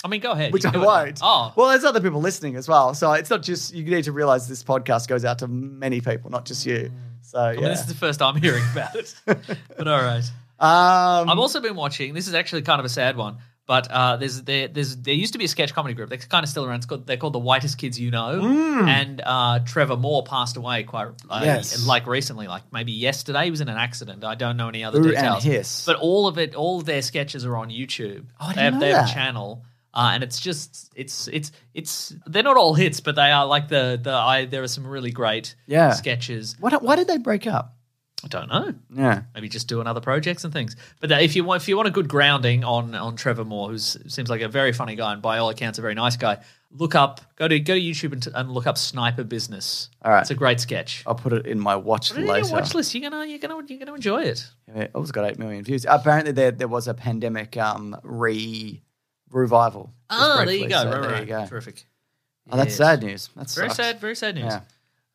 I mean, go ahead.
which
you
I
can do it.
won't.
Oh,
well, there's other people listening as well, so it's not just you need to realize this podcast goes out to many people, not just you. So
I mean, this is the first I'm hearing about it. but all right.
yeah, um,
I've also been watching. This is actually kind of a sad one, but uh, there's there there's there used to be a sketch comedy group. They're kind of still around. It's called, they're called the Whitest Kids You Know. And uh, Trevor Moore passed away quite uh,
Mm. Yes.
like recently, like maybe yesterday. He was in an accident. I don't know any other
Ooh, and
details.
hiss.
But all of it, all of their sketches are on YouTube.
Oh, I
they
didn't
have,
know
they have
that.
a channel. Uh, and it's just it's it's it's they're not all hits, but they are like the the I there are some really great
Yeah.
sketches.
why, don't- why did they break up?
I don't know
Yeah,
maybe just doing other projects and things. But that, if you want, if you want a good grounding on on Trevor Moore, who seems like a very funny guy and by all accounts a very nice guy, look up go to go to YouTube and, t- and look up Sniper Business.
All right.
it's a great sketch.
I'll put it in my watch
Put it in
later.
your watch list. You're gonna you're gonna you're gonna enjoy it.
Yeah, It was got eight million views. Apparently, there there was a pandemic um, re revival. just
Ah, there
briefly,
you go.
so
right,
there
right,
you go.
Terrific.
Oh, that's
Yes.
sad news. That's
Very sad. Very sad news.
Yeah.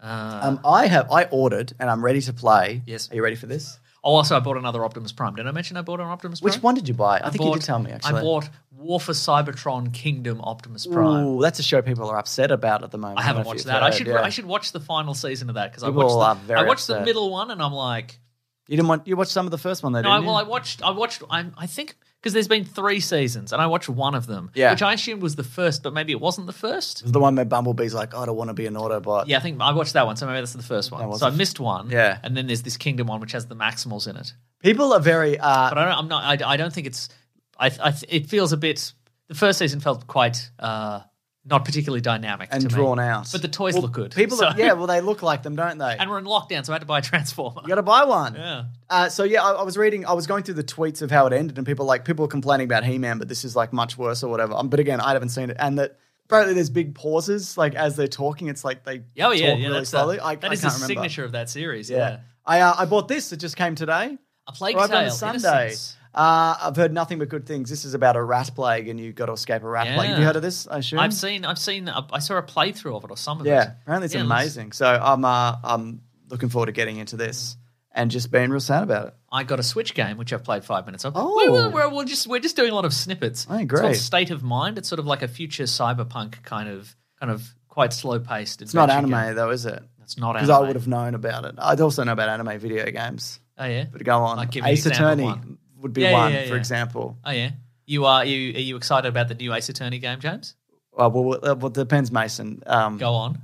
Uh,
Um, I have I ordered and I'm ready to play.
Yes.
Are you ready for this?
oh, also, I bought another Optimus Prime. Did I mention I bought an Optimus Prime?
Which one did you buy? I,
I
think
bought,
you did tell me actually.
I bought War for Cybertron Kingdom Optimus Prime.
Ooh, that's a show people are upset about at the moment.
I
don't know
haven't
if
watched
you've
that. I
heard,
should
yeah.
I should watch the final season of that because I
People
watched
are
the,
very
I watched the
upset.
middle one and I'm like
You didn't want you watched some of the first one though,
no I,
didn't
well I
you?
watched I watched I, I think because there's been three seasons and I watched one of them
Yeah.
which I assumed was the first but maybe it wasn't the
It
first
was the one where Bumblebee's like, "Oh, I don't want to be an Autobot.
yeah I think I watched that one so maybe that's the first one
was
so I
the f-
missed one
Yeah.
and then there's this Kingdom one which has the Maximals in it
People are very uh,
but I don't I'm not I, I don't think it's I, I it feels a bit the first season felt quite uh not particularly dynamic
and
to me.
drawn out.
but the toys
Well,
look good
People
so-
are, yeah, well they look like them, don't they?
and we're in lockdown so I had to buy a transformer
you gotta buy one.
yeah.
Uh, so yeah, I, I was reading. I was going through the tweets of how it ended, and people like people were complaining about He Man, but this is like much worse or whatever. Um, but again, I haven't seen it, and that apparently there's big pauses like as they're talking. It's like they
Yeah, Oh, yeah,
talk
yeah.
really
that's
slowly.
The,
I,
that
I
is
can't
the
remember.
signature of that series. Yeah,
Yeah, I uh, I bought this. It just came today,
a plague
right
tale.
on a Sunday.
Innocence.
Uh, I've heard nothing but good things. This is about a rat plague, and you've got to escape a rat plague. Have you
Yeah.
heard of this? I assume.
I've seen. I've seen. a- I saw a playthrough of it or some of it.
Yeah, apparently it's
Yeah, it looks-
amazing. So I'm uh, I'm looking forward to getting into this. and just being real sad about it.
I got a Switch game which I've played five minutes of.
Oh.
We're, we're, we're, we're just we're just doing a lot of snippets.
Oh,
It's called
great.
State of Mind. It's sort of like a future cyberpunk kind of kind of quite slow paced.
It's not anime though, is it?
It's not
Because
anime.
I would have known about it. I'd also know about anime video games.
Oh yeah.
But go on,
Like, give me an
Ace
example of
Attorney
one.
would be
Yeah, yeah,
one,
yeah,
for
yeah.
example.
Oh yeah. You are you are you excited about the new Ace Attorney game, James?
Uh, well, uh, well, it depends, Mason. Um,
Go on.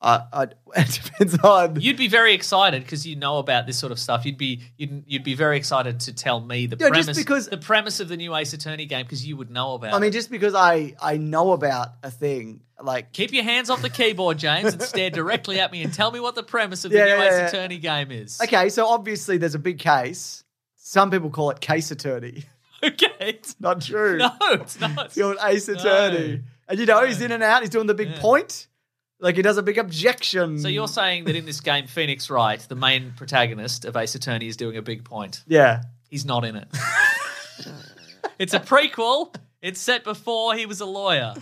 I, I, it depends on.
You'd be very excited because you know about this sort of stuff. You'd be you'd, you'd be very excited to tell me the
Yeah, just
premise
because-
the premise of the new Ace Attorney game because you would know about.
I mean,
it.
just because I I know about a thing, like
keep your hands off the keyboard, James, and stare directly at me and tell me what the premise of the
Yeah,
new
yeah,
Ace
yeah.
Attorney game is.
okay, so obviously there's a big case. Some people call it case attorney.
okay.
Not true.
No, it's not.
It's called ace
No.
attorney, and you know he's in and out. He's doing the big
Yeah.
point. Like he does a big objection.
So you're saying that in this game, Phoenix Wright, the main protagonist of Ace Attorney, is doing a big point.
yeah.
He's not in it. it's a prequel. It's set before he was a lawyer.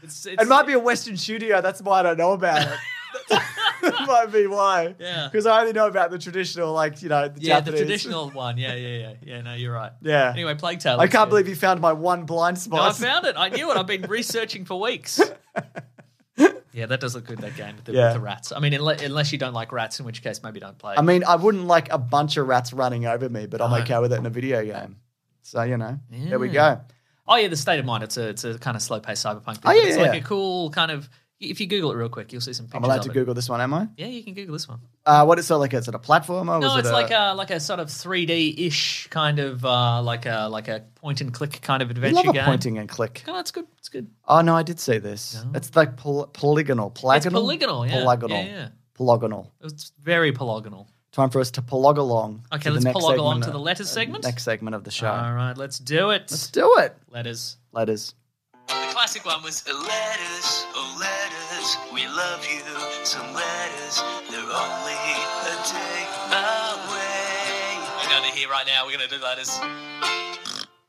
It's, it's,
It might be a Western studio. That's why I don't know about it. that might be why.
Yeah.
Because I only know about the traditional, like you know, the
yeah,
Japanese.
the traditional one. Yeah, yeah, yeah. Yeah, no, you're right.
Yeah.
Anyway, Plague Tale.
I
let's
can't
do it.
believe you found my one blind
No, I
spot.
found it. I knew it. I've been researching for weeks. yeah, that does look good. That game with the,
Yeah.
with the rats. I mean, unless, unless you don't like rats, in which case maybe don't play. it.
I mean, I wouldn't like a bunch of rats running over me, but I'm okay with it in a video game. So you know, there we go.
oh yeah, the state of mind. It's a it's a kind of slow paced cyberpunk. Thing,
Oh,
but
yeah,
it's
yeah,
like
yeah.
a cool kind of. If you Google it real quick, you'll see some pictures.
I'm allowed
of
to
it.
Google this one, am I?
Yeah, you can Google this one.
Uh, what is so like? Is it a platformer?
No,
Was
it's
it uh,
like a like a sort of 3D ish kind of uh, like a like a point and click kind
I
of adventure
love a
game.
pointing and click.
Oh, that's good. It's good.
Oh no, I did see this. It's like pol- polygonal, polygonal,
It's polygonal. Yeah.
polygonal,
Yeah, yeah.
polygonal.
It's very polygonal.
Time for us to polog along.
Okay,
to the
let's
next
polog along
segment,
to the
uh,
letters
uh,
segment?
Next segment of the show.
All right, let's do it.
Let's do it.
Letters.
Letters.
The classic one was
Letters, oh letters, we love you. Some letters, they're only a day away.
I'm going to hear right now. We're going to do letters.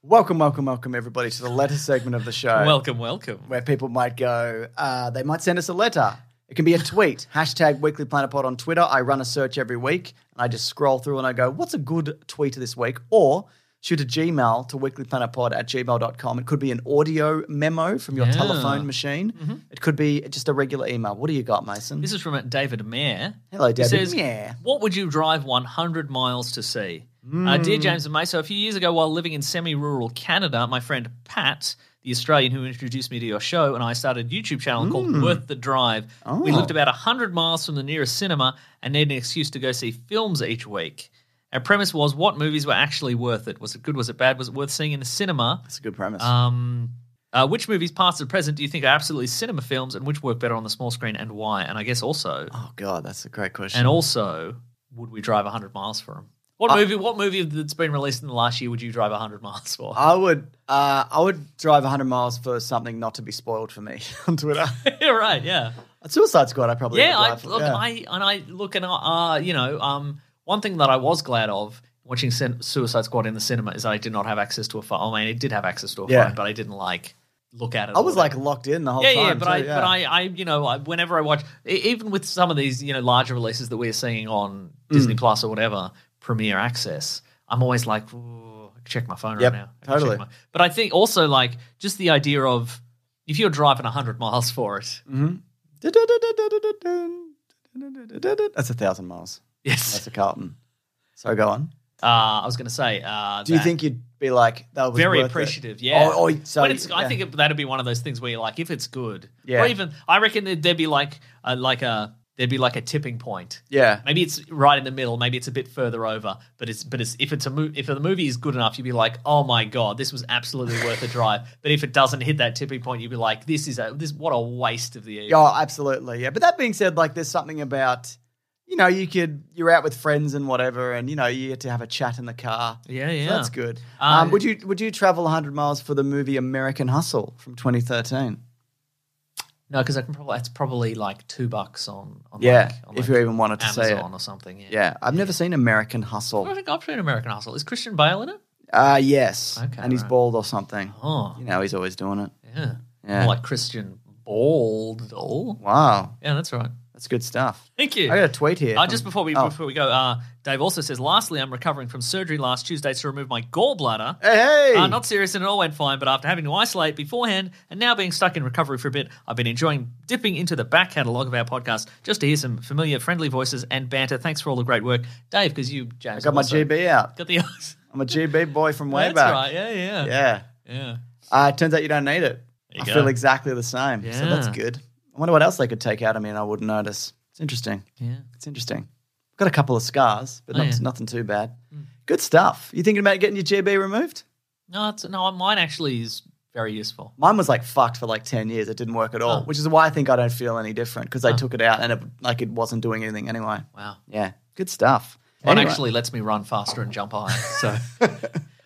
Welcome, welcome, welcome, everybody, to the letters segment of the show.
Welcome, welcome.
where people might go, uh, they might send us a letter. It can be a tweet, hashtag Weekly Planet Pod on Twitter. I run a search every week and I just scroll through and I go, what's a good tweet this week? Or shoot a Gmail to weeklyplanetpod at gmail.com. It could be an audio memo from your
Yeah. Mm-hmm.
telephone machine. It could be just a regular email. What do you got, Mason?
This is from David Mayer.
Hello, David
He says,
Mayer.
What would you drive 100 miles to see? Uh, dear James and May, so a few years ago, while living in semi rural Canada, my friend Pat, the Australian who introduced me to your show, and I started a YouTube channel called Worth the Drive. We lived about 100 miles from the nearest cinema and needed an excuse to go see films each week. Our premise was what movies were actually worth it? Was it good? Was it bad? Was it worth seeing in the cinema?
That's a good premise.
Um, uh, which movies, past and present, do you think are absolutely cinema films, and which work better on the small screen, and why? And I guess also,
oh, God, that's a great question.
and also, would we drive hundred miles for them? What movie? What movie that's been released in the last year would you drive hundred miles for?
I would, uh, I would drive 100 miles for something not to be spoiled for me on Twitter.
yeah, right. Yeah,
Suicide Squad, I probably
yeah.
would
I
drive for-
look,
yeah.
I and I look, and I, uh, you know, um, one thing that I was glad of watching Sin- Suicide Squad in the cinema is I did not have access to a phone. I mean, it did have access to a
Yeah.
phone, but I didn't like look at it.
I
or
was
whatever.
like locked in the whole
yeah,
time.
yeah, but
too,
I, but I, I, you know, I, whenever I watch, e- even with some of these, you know, larger releases that we're seeing on
Hmm.
Disney Plus or whatever, Premiere Access, I'm always like, "Ooh, I can check my phone
Yep,
right now. I can check
totally.
my-" But I think also like just the idea of if you're driving hundred miles for it,
Hmm. That's a thousand miles.
yes.
That's a Carlton. So go on.
Uh, I was going to say, uh,
Do you
that-
think you'd be like that was
very
worth it?
appreciative. Yeah.
Oh, oh, so
but it's, I
yeah.
think it, that'd be one of those things where you're like, if it's good,
Yeah.
or even I reckon there'd, there'd be like a, like a there'd be like a tipping point.
yeah,
Maybe it's right in the middle. Maybe it's a bit further over. But it's but it's if it's a mo- if the movie is good enough, you'd be like, oh my god, this was absolutely worth a drive. But if it doesn't hit that tipping point, you'd be like, this is a this what a waste of the evening.
Yeah, oh, absolutely. Yeah, but that being said, like there's something about you know you could you're out with friends and whatever, and you know you get to have a chat in the car.
Yeah,
So
yeah.
that's good.
Uh,
um, would you would you travel 100 miles for the movie American Hustle from 2013?
No, because I can probably that's probably like two bucks on, on
Yeah,
like- on
if
like
you even wanted to see
Amazon
it.
or something. Yeah.
Yeah, I've never seen American Hustle.
I think I've seen American Hustle. Is Christian Bale in it?
Uh yes.
Okay,
and he's
right.
bald or something.
Oh,
You know, he's always doing it.
yeah.
Yeah.
More like Christian Baldle.
Wow.
Yeah, that's right.
That's good stuff.
Thank you.
I got a tweet here.
Uh,
from-
just before we
oh.
before we go, uh, Dave also says, lastly, I'm recovering from surgery last Tuesday to remove my gallbladder.
Hey, hey!
Uh, not serious and it all went fine, but after having to isolate beforehand and now being stuck in recovery for a bit, I've been enjoying dipping into the back catalogue of our podcast just to hear some familiar, friendly voices and banter. Thanks for all the great work, Dave, because you, James,
I got my
also
GB out.
Got the
I'm a GB boy from way
That's
back.
right. Yeah, yeah,
Yeah.
yeah.
Uh, it turns out you don't need it.
There
I
you go.
feel exactly the same. So that's
Yeah.
good. I wonder what else they could take out of me and I wouldn't notice. It's interesting.
Yeah.
It's interesting. I've got a couple of scars, but
Oh,
not,
yeah. Hmm.
nothing too bad. Good stuff. You thinking about getting your GB removed?
No, it's, no, mine actually is very useful.
Mine was like fucked for like 10 years. It didn't work at all,
Oh.
which is why I think I don't feel any different because I took it out and it like it wasn't doing anything anyway.
Wow.
Yeah. Good stuff.
Mine
Anyway.
actually lets me run faster and jump higher, so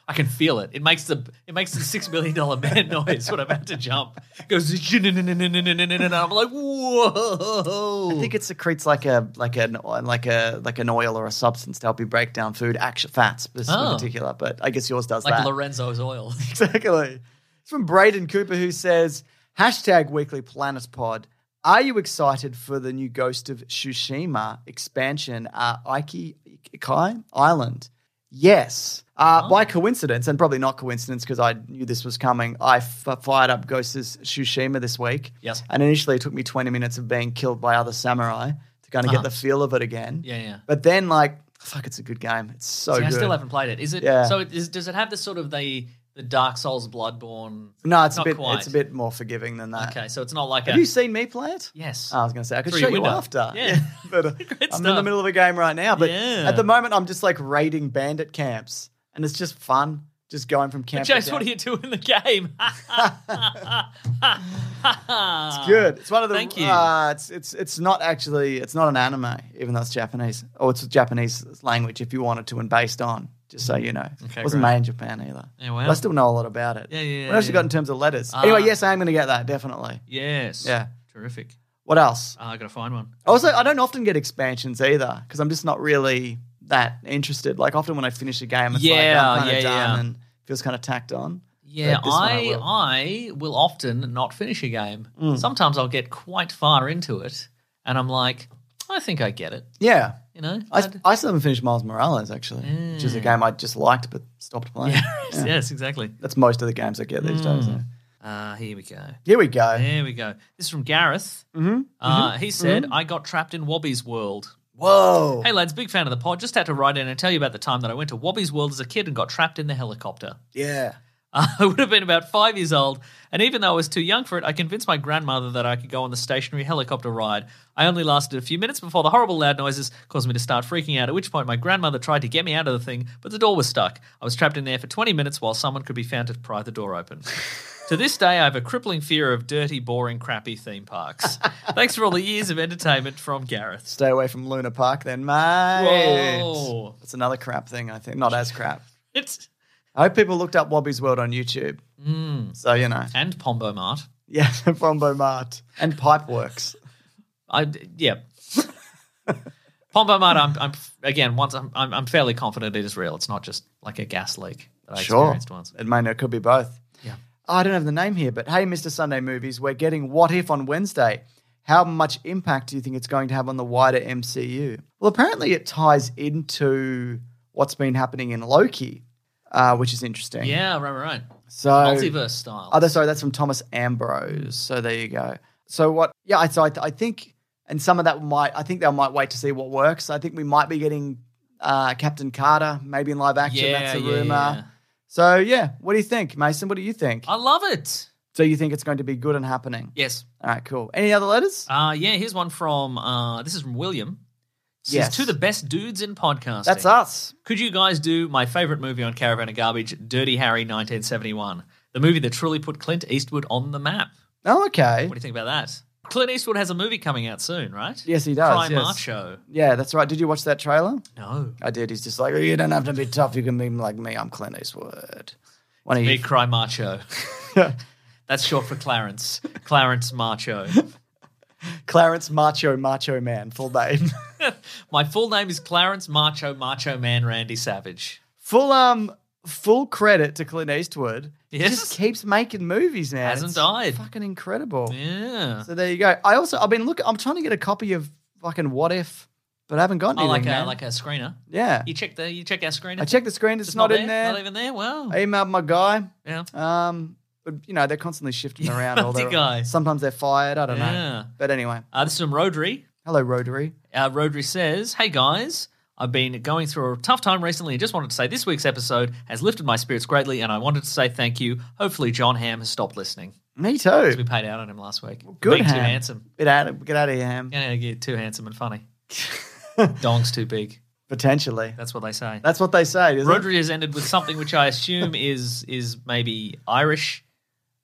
I can feel it. It makes the it makes the six million dollar man noise when I'm about to jump. It goes and I'm like, whoa!
I think it secretes like a like an like a like an oil or a substance to help you break down food, actual fats this
Oh.
in particular. But I guess yours does
like
that.
Lorenzo's oil.
exactly. It's from Braden Cooper who says hashtag Weekly Planet Pod. Are you excited for the new Ghost of Tsushima expansion, uh, Aiki Kai Island? Yes. Uh,
Oh.
By coincidence, and probably not coincidence because I knew this was coming, I f- fired up Ghost of Tsushima this week.
Yes.
And initially, it took me 20 minutes of being killed by other samurai to kind of get the feel of it again.
Uh-huh. Yeah, yeah.
But then, like, fuck, it's a good game. It's so
See,
good.
I still haven't played it. Is it?
Yeah.
So it is, does it have the sort of the the Dark Souls Bloodborne?
no, it's a
Not
bit.
quite.
It's a bit more forgiving than that.
Okay, so it's not like
Have
a
you Oh, seen me play it?
yes.
I was going to say I could
Through
show
your
you
window.
after.
Yeah.
but uh, I'm in the
stuff.
middle of a game right now. But
Yeah.
at the moment, I'm just like raiding bandit camps, and it's just fun, just going from camp.
James,
to
what
camp.
do you do in the game? it's
It's good. It's one of the.
Thank you.
Uh, it's it's it's not actually it's not an anime, even though it's Japanese. Oh, it's Japanese language if you wanted to and based on. Just so you know,
Okay,
it wasn't
great.
made in Japan either.
Yeah, wow.
But I still know a lot about it.
Yeah, yeah,
What else
yeah.
you got in terms of letters? anyway,
Ah.
yes, I am going to get that definitely.
yes.
Yeah.
Terrific.
What else?
Ah, I gotta find one.
Also, I don't often get expansions either because I'm just not really that interested. Like often when I finish a game, it's
Yeah,
like I'm kind
yeah,
of done
yeah.
and feels kind of tacked on.
Yeah,
But this one I
I
will. Mm.
I will often not finish a game. Sometimes I'll get quite far into it, and I'm like, I think I get it.
Yeah.
You know,
I,
I'd- Mm.
I still haven't finished Miles Morales actually, which is a game I just liked but stopped playing.
yes, exactly.
That's most of the games I get these days. eh?
Ah, here we go.
Here we go.
There we go. This is from Gareth. Mm-hmm. Uh, He said, "I got trapped in Wobby's world."
Mm-hmm. Whoa.
Hey lads, big fan of the pod. Just had to write in and tell you about the time that I went to Wobby's World as a kid and got trapped in the helicopter.
Yeah.
I would have been about five years old, and even though I was too young for it, I convinced my grandmother that I could go on the stationary helicopter ride. I only lasted a few minutes before the horrible loud noises caused me to start freaking out, at which point my grandmother tried to get me out of the thing, but the door was stuck. I was trapped in there for 20 minutes while someone could be found to pry the door open. to this day, I have a crippling fear of dirty, boring, crappy theme parks. Thanks for all the years of entertainment from Gareth.
Stay away from Luna Park then, mate.
Whoa.
That's another crap thing, I think. Not as crap.
It's,
I hope people looked up Wobby's World on YouTube. So, you know.
Mm. and Pombo Mart.
Yeah, Bombo Mart and Pipeworks.
I yeah. Pombo Mart, I'm, I'm again once I'm, I'm I'm fairly confident it is real. It's not just like a gas leak that I experienced once.
It may not could be both.
Yeah.
I don't have the name here, but hey, Mr. Sunday Movies, we're getting What If on Wednesday. How much impact do you think it's going to have on the wider MCU? Well, apparently it ties into what's been happening in Loki, uh, which is interesting.
Yeah, right, right, right.
So
Multiverse style.
Oh, that's, sorry, that's from Thomas Ambrose. So there you go. So what? Yeah, I- so I, I think, and some of that might. I think they might wait to see what works. I think we might be getting uh, Captain Carter maybe in live action.
Yeah,
that's a
yeah,
rumor.
yeah. Uh,
So yeah, what do you think, Mason? What do you think?
I love it.
so you think it's going to be good and happening?
Yes.
All right, cool. Any other letters?
Uh yeah. Here's one from uh this is from William. Says,
Yes.
To the best dudes in podcasting.
that's us.
Could you guys do my favorite movie on Caravan of Garbage, Dirty Harry, 1971, the movie that truly put Clint Eastwood on the map?
Oh, okay.
What do you think about that? Clint Eastwood has a movie coming out soon, right?
Yes, he does,
Cry
yes.
Macho.
Yeah, that's right. Did you watch that trailer?
No.
I did. He's just like, "Oh, you don't have to be tough. You can be like me. I'm Clint Eastwood. Why don't you
Me Cry Macho. That's short for Clarence. Clarence Macho.
Clarence Macho Macho Man, full name.
My full name is Clarence Macho Macho Man Randy Savage.
full um full credit to Clint Eastwood. He
Yes.
just keeps making movies, man.
Hasn't
It's
died.
Fucking incredible.
Yeah.
So there you go. I also I've been looking I'm trying to get a copy of fucking what if, but I haven't got
Oh,
anything.
like a
man.
like a screener.
yeah.
You check the you check our screener.
I checked the screen. It's,
It's
not, in there.
Not even there. Wow.
I emailed my guy.
Yeah.
Um, but you know they're constantly shifting around. all
Multi
their
guy.
Sometimes they're fired. I don't
Yeah.
know. But anyway,
Uh, this is from Rodri.
hello Rotary.
Uh, Rodri says, Hey guys, I've been going through a tough time recently and just wanted to say this week's episode has lifted my spirits greatly and I wanted to say thank you. Hopefully, John Ham has stopped listening.
Me too.
We paid out on him last week.
Good
Being
ham.
too handsome.
Get out of get out of here, ham.
Yeah, you're too handsome and funny. Dong's too big.
Potentially.
That's what they say.
That's what they say. Isn't it?
Rodri has ended with something which I assume is is maybe Irish.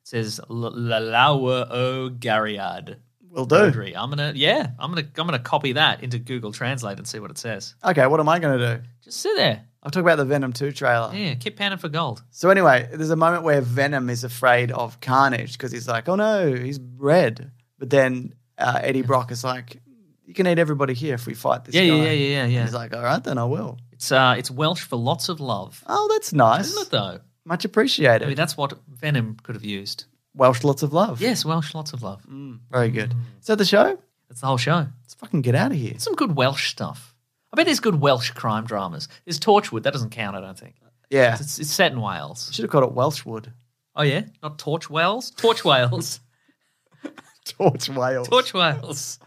It says "L- Lalaua o Garriad.
Will do.
Rodri. I'm gonna yeah, I'm gonna I'm gonna copy that into Google Translate and see what it says.
Okay, what am I going to do?
Just sit there.
I'll talk about the Venom 2 trailer.
Yeah, keep panning for gold.
So anyway, there's a moment where Venom is afraid of Carnage because he's like, "Oh no, he's red." But then uh, Eddie Brock is like, "You can eat everybody here if we fight this
Yeah,
guy."
yeah, yeah, yeah, yeah.
And he's like, "All right, then I will."
It's uh, it's Welsh for lots of love,
Oh, that's nice.
isn't it? Though
Much
I mean,
appreciated.
that's what Venom could have used.
Welsh, lots of love.
Yes, Welsh, lots of love.
Mm. very good.
Mm.
Is that the show?
That's the whole show.
Let's fucking get out of here.
Some good Welsh stuff. I bet there's good Welsh crime dramas. There's Torchwood. That doesn't count, I don't think.
Yeah,
It's, it's set in Wales.
should have called it Welshwood.
Oh yeah, not Torch Wales. Torch Wales.
Torch Wales.
Torch Wales.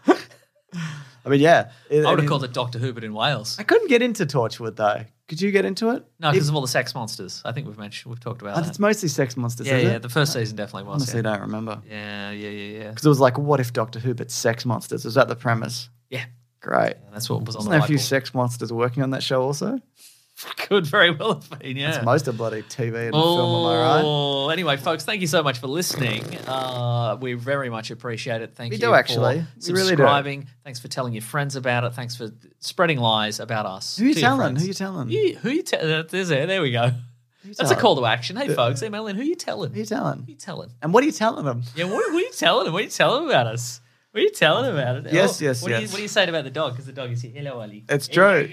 I mean, yeah.
I would have called it Doctor Who, but in Wales.
I couldn't get into Torchwood though. Could you get into it?
No, because of all the sex monsters. I think we've mentioned we've talked about
Oh,
that.
it's mostly sex monsters.
Yeah,
is
yeah.
It?
The first season definitely was.
Honestly,
Yeah.
don't remember.
yeah, yeah, yeah, yeah.
Because it was like, what if Doctor Who but sex monsters? Was that the premise?
Yeah.
Great.
And that's what was on
Wasn't there a
the
few
whiteboard.
sex monsters working on that show also?
Could very well have been, yeah.
It's most of bloody TV and film, am I right?
Oh, anyway, folks, thank you so much for listening. Uh, we very much appreciate it. Thank
We
you.
do,
for
actually. We really do.
subscribing. Thanks for telling your friends about it. Thanks for spreading lies about us.
Who you
to your
telling?
friends.
Who you telling?
You- who you telling? There's it. There we go. That's a
telling?
call to action. Hey, folks, email in. Who you telling?
Who you
Who
telling?
you telling?
And what are you telling them?
Yeah, what, what are you telling them? What are you telling them about us? What are you telling them about it? Oh,
Yes, yes,
what Are you,
yes.
what are you saying about the dog? Because the dog is here. Hello, Ollie.
It's true.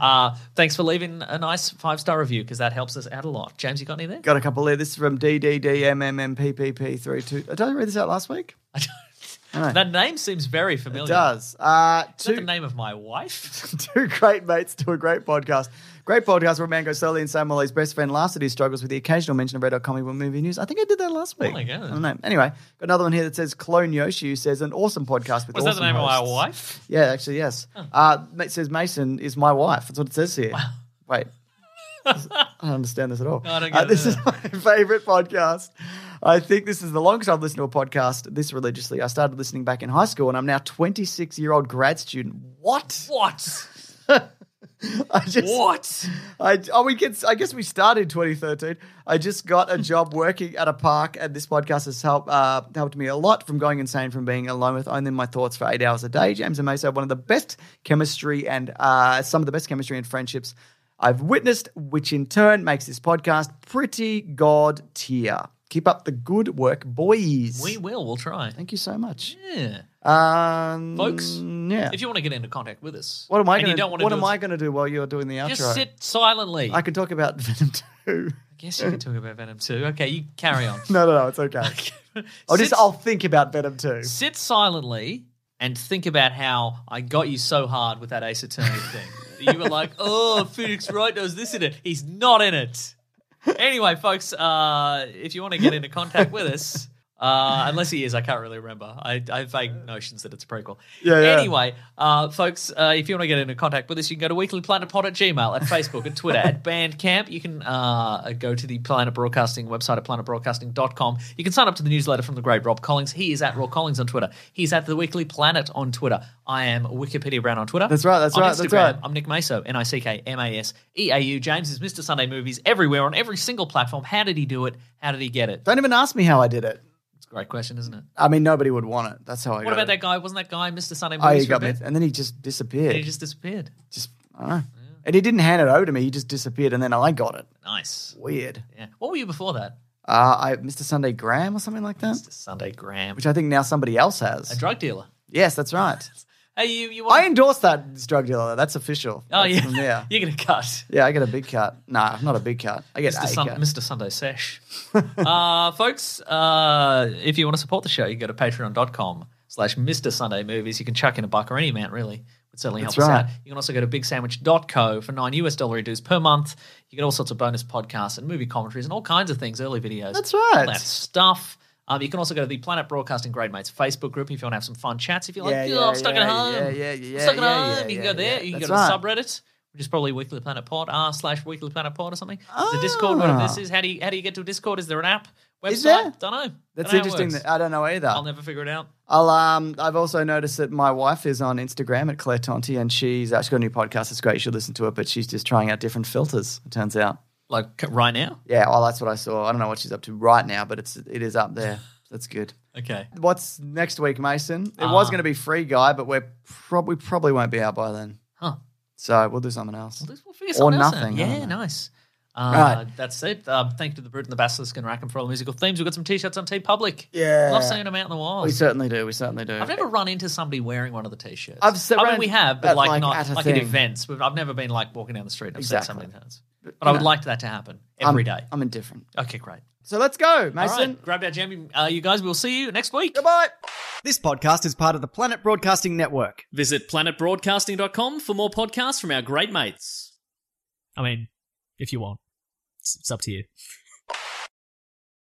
Uh, thanks for leaving a nice five star review because that helps us out a lot. James, you got any there?
Got a couple there. This is from DDDMMMPPP32. Did I read this out last week?
I don't-
All right.
That name seems very familiar.
It does. Uh,
Is that the
two,
name of my wife?
two great mates do a great podcast. Great podcast where a man goes solely in Sam Wally's best friend laughs at his struggles with the occasional mention of red hot comic book movie news. I think I did that last week.
my God.
I don't know. Anyway, got another one here that says Clone Yoshi who says an awesome podcast with
Was that
awesome
the name of
hosts."
my wife?
Yeah, actually, yes. Uh, it says Mason is my wife. That's what it says here. Wait. I don't understand this at all.
I don't
Uh,
get it
this is
either.
my favorite podcast. I think this is the longest I've listened to a podcast this religiously. I started listening back in high school, and I'm now 26 year old grad student. What?
What?
I just
What?
I oh we can I guess we started 2013. I just got a job working at a park, and this podcast has helped uh, helped me a lot from going insane from being alone with only my thoughts for eight hours a day. James and Mesa have one of the best chemistry and uh, some of the best chemistry and friendships I've witnessed, which in turn makes this podcast pretty god tier. Keep up the good work, boys.
We will. We'll try.
Thank you so much,
Yeah.
um,
Folks,
Yeah.
If you want to get into contact with us,
what am I
and
going
you
to
don't want
What
to do
am
is-
I going to do while you're doing the outro?
Just sit silently.
I can talk about Venom 2.
Yes, you can talk about Venom too. Okay, you carry on.
No, no, no, it's okay. I'll just
Sit-
I'll think about Venom too.
sit silently and think about how I got you so hard with that Ace Attorney thing. You were like, "Oh, Phoenix Wright knows this in it. He's not in it." Anyway, folks, uh, if you want to get into contact with us, uh, unless he is, I can't really remember. I, I have vague notions that it's a prequel.
Yeah, yeah.
Anyway, uh, folks, uh, if you want to get into contact with us, you can go to weeklyplanetpod at Gmail, at Facebook, at Twitter, at Bandcamp. You can uh, go to the Planet Broadcasting website at planetbroadcasting.com. You can sign up to the newsletter from the great Rob Collins. He is at Rob Collins on Twitter. He's at The Weekly Planet on Twitter. I am Wikipedia Brown on Twitter.
That's right, that's
on
right, that's
Instagram,
right.
I'm Nick Maso, N I C K M A S E A U. James is Mr. Sunday Movies everywhere on every single platform. How did he do it? How did he get it?
Don't even ask me how I did it.
It's a great question, isn't it?
I mean, nobody would want it. That's how I
What
got
about
it.
that guy? Wasn't that guy Mr. Sunday
Oh,
Movies?
you
for a
got me.
bit?
And then he just disappeared.
And he just disappeared.
just I don't know. And he didn't hand it over to me. He just disappeared, and then I got it.
Nice.
Weird.
Yeah. What were you before that?
Uh, I Mr. Sunday Graham or something like that,
Mr. Sunday Graham,
which I think now somebody else
a
has.
drug dealer.
Yes, that's right.
Hey, you, you
I
want?
endorse that this drug dealer. though. That's official.
oh
That's
yeah,
from there.
you're gonna cut.
Yeah, I get a big cut. Nah, not a big cut. I get
Mr.
a
Sun-
cut.
Mr. Sunday Sesh. uh, folks, uh, if you want to support the show, you go to patreon.com slash Mr. Sunday Movies. You can chuck in a buck or any amount, really. Would certainly help
That's
us out.
right.
You can also go to bigsandwich.co for nine US dollar dues per month. You get all sorts of bonus podcasts and movie commentaries and all kinds of things, early videos.
That's
all
right.
that stuff. Um, you can also go to the Planet Broadcasting Grade Mates Facebook group if you want to have some fun chats. If you're like,
Yeah,
"Oh,
yeah,
I'm stuck
yeah,
at home.
yeah, yeah, yeah,
I'm stuck
yeah,
at
yeah,
home. you can
yeah,
go there.
yeah.
You can
That's
go to the
right.
subreddit, which is probably Weekly Planet Pod, r slash Weekly Planet Pod or something. There's a Discord. What
Ah.
this is? How do you how do you get to a Discord? Is there an app? Website?
Is there?
Don't know.
That's
Dunno how it
interesting.
works.
That uh, I don't know either.
I'll never figure it out.
I'll, um, I've also noticed that my wife is on Instagram at Claire Tonti, and she's actually got a new podcast. It's great. You should listen to it, but she's just trying out different filters. It turns out.
Like right now.
Yeah. Well, that's what I saw. I don't know what she's up to right now, but it's it is up there. That's good.
Okay.
What's next week, Mason? It
Ah.
was going to be Free Guy, but we're prob- we probably won't be out by then.
Huh.
So we'll do something else.
Well, this- we'll figure something else out.
nothing, I
Yeah,
don't know.
nice.
Right.
Uh, That's it. Uh, thank you to the Brute and the Basilisk and Rackham for all the musical themes. We've got some t-shirts on T Public.
Yeah.
love seeing them out in the wild.
we certainly do. We certainly do.
I've never run into somebody wearing one of the t-shirts.
I've se-
I mean,
ran
we have, but
at,
like,
like,
not
at a
like at
thing.
events. But I've never been like walking down the street and I've said
Exactly.
something times. But I would
know.
like that to happen
I'm,
every day.
I'm indifferent.
Okay, great.
So let's go,
All
Mason.
right, grab that jam, uh, you guys. We'll see you next week.
Goodbye.
This podcast is part of the Planet Broadcasting Network.
Visit planetbroadcasting.com for more podcasts from our great mates.
I mean, if you want, it's, it's up to you.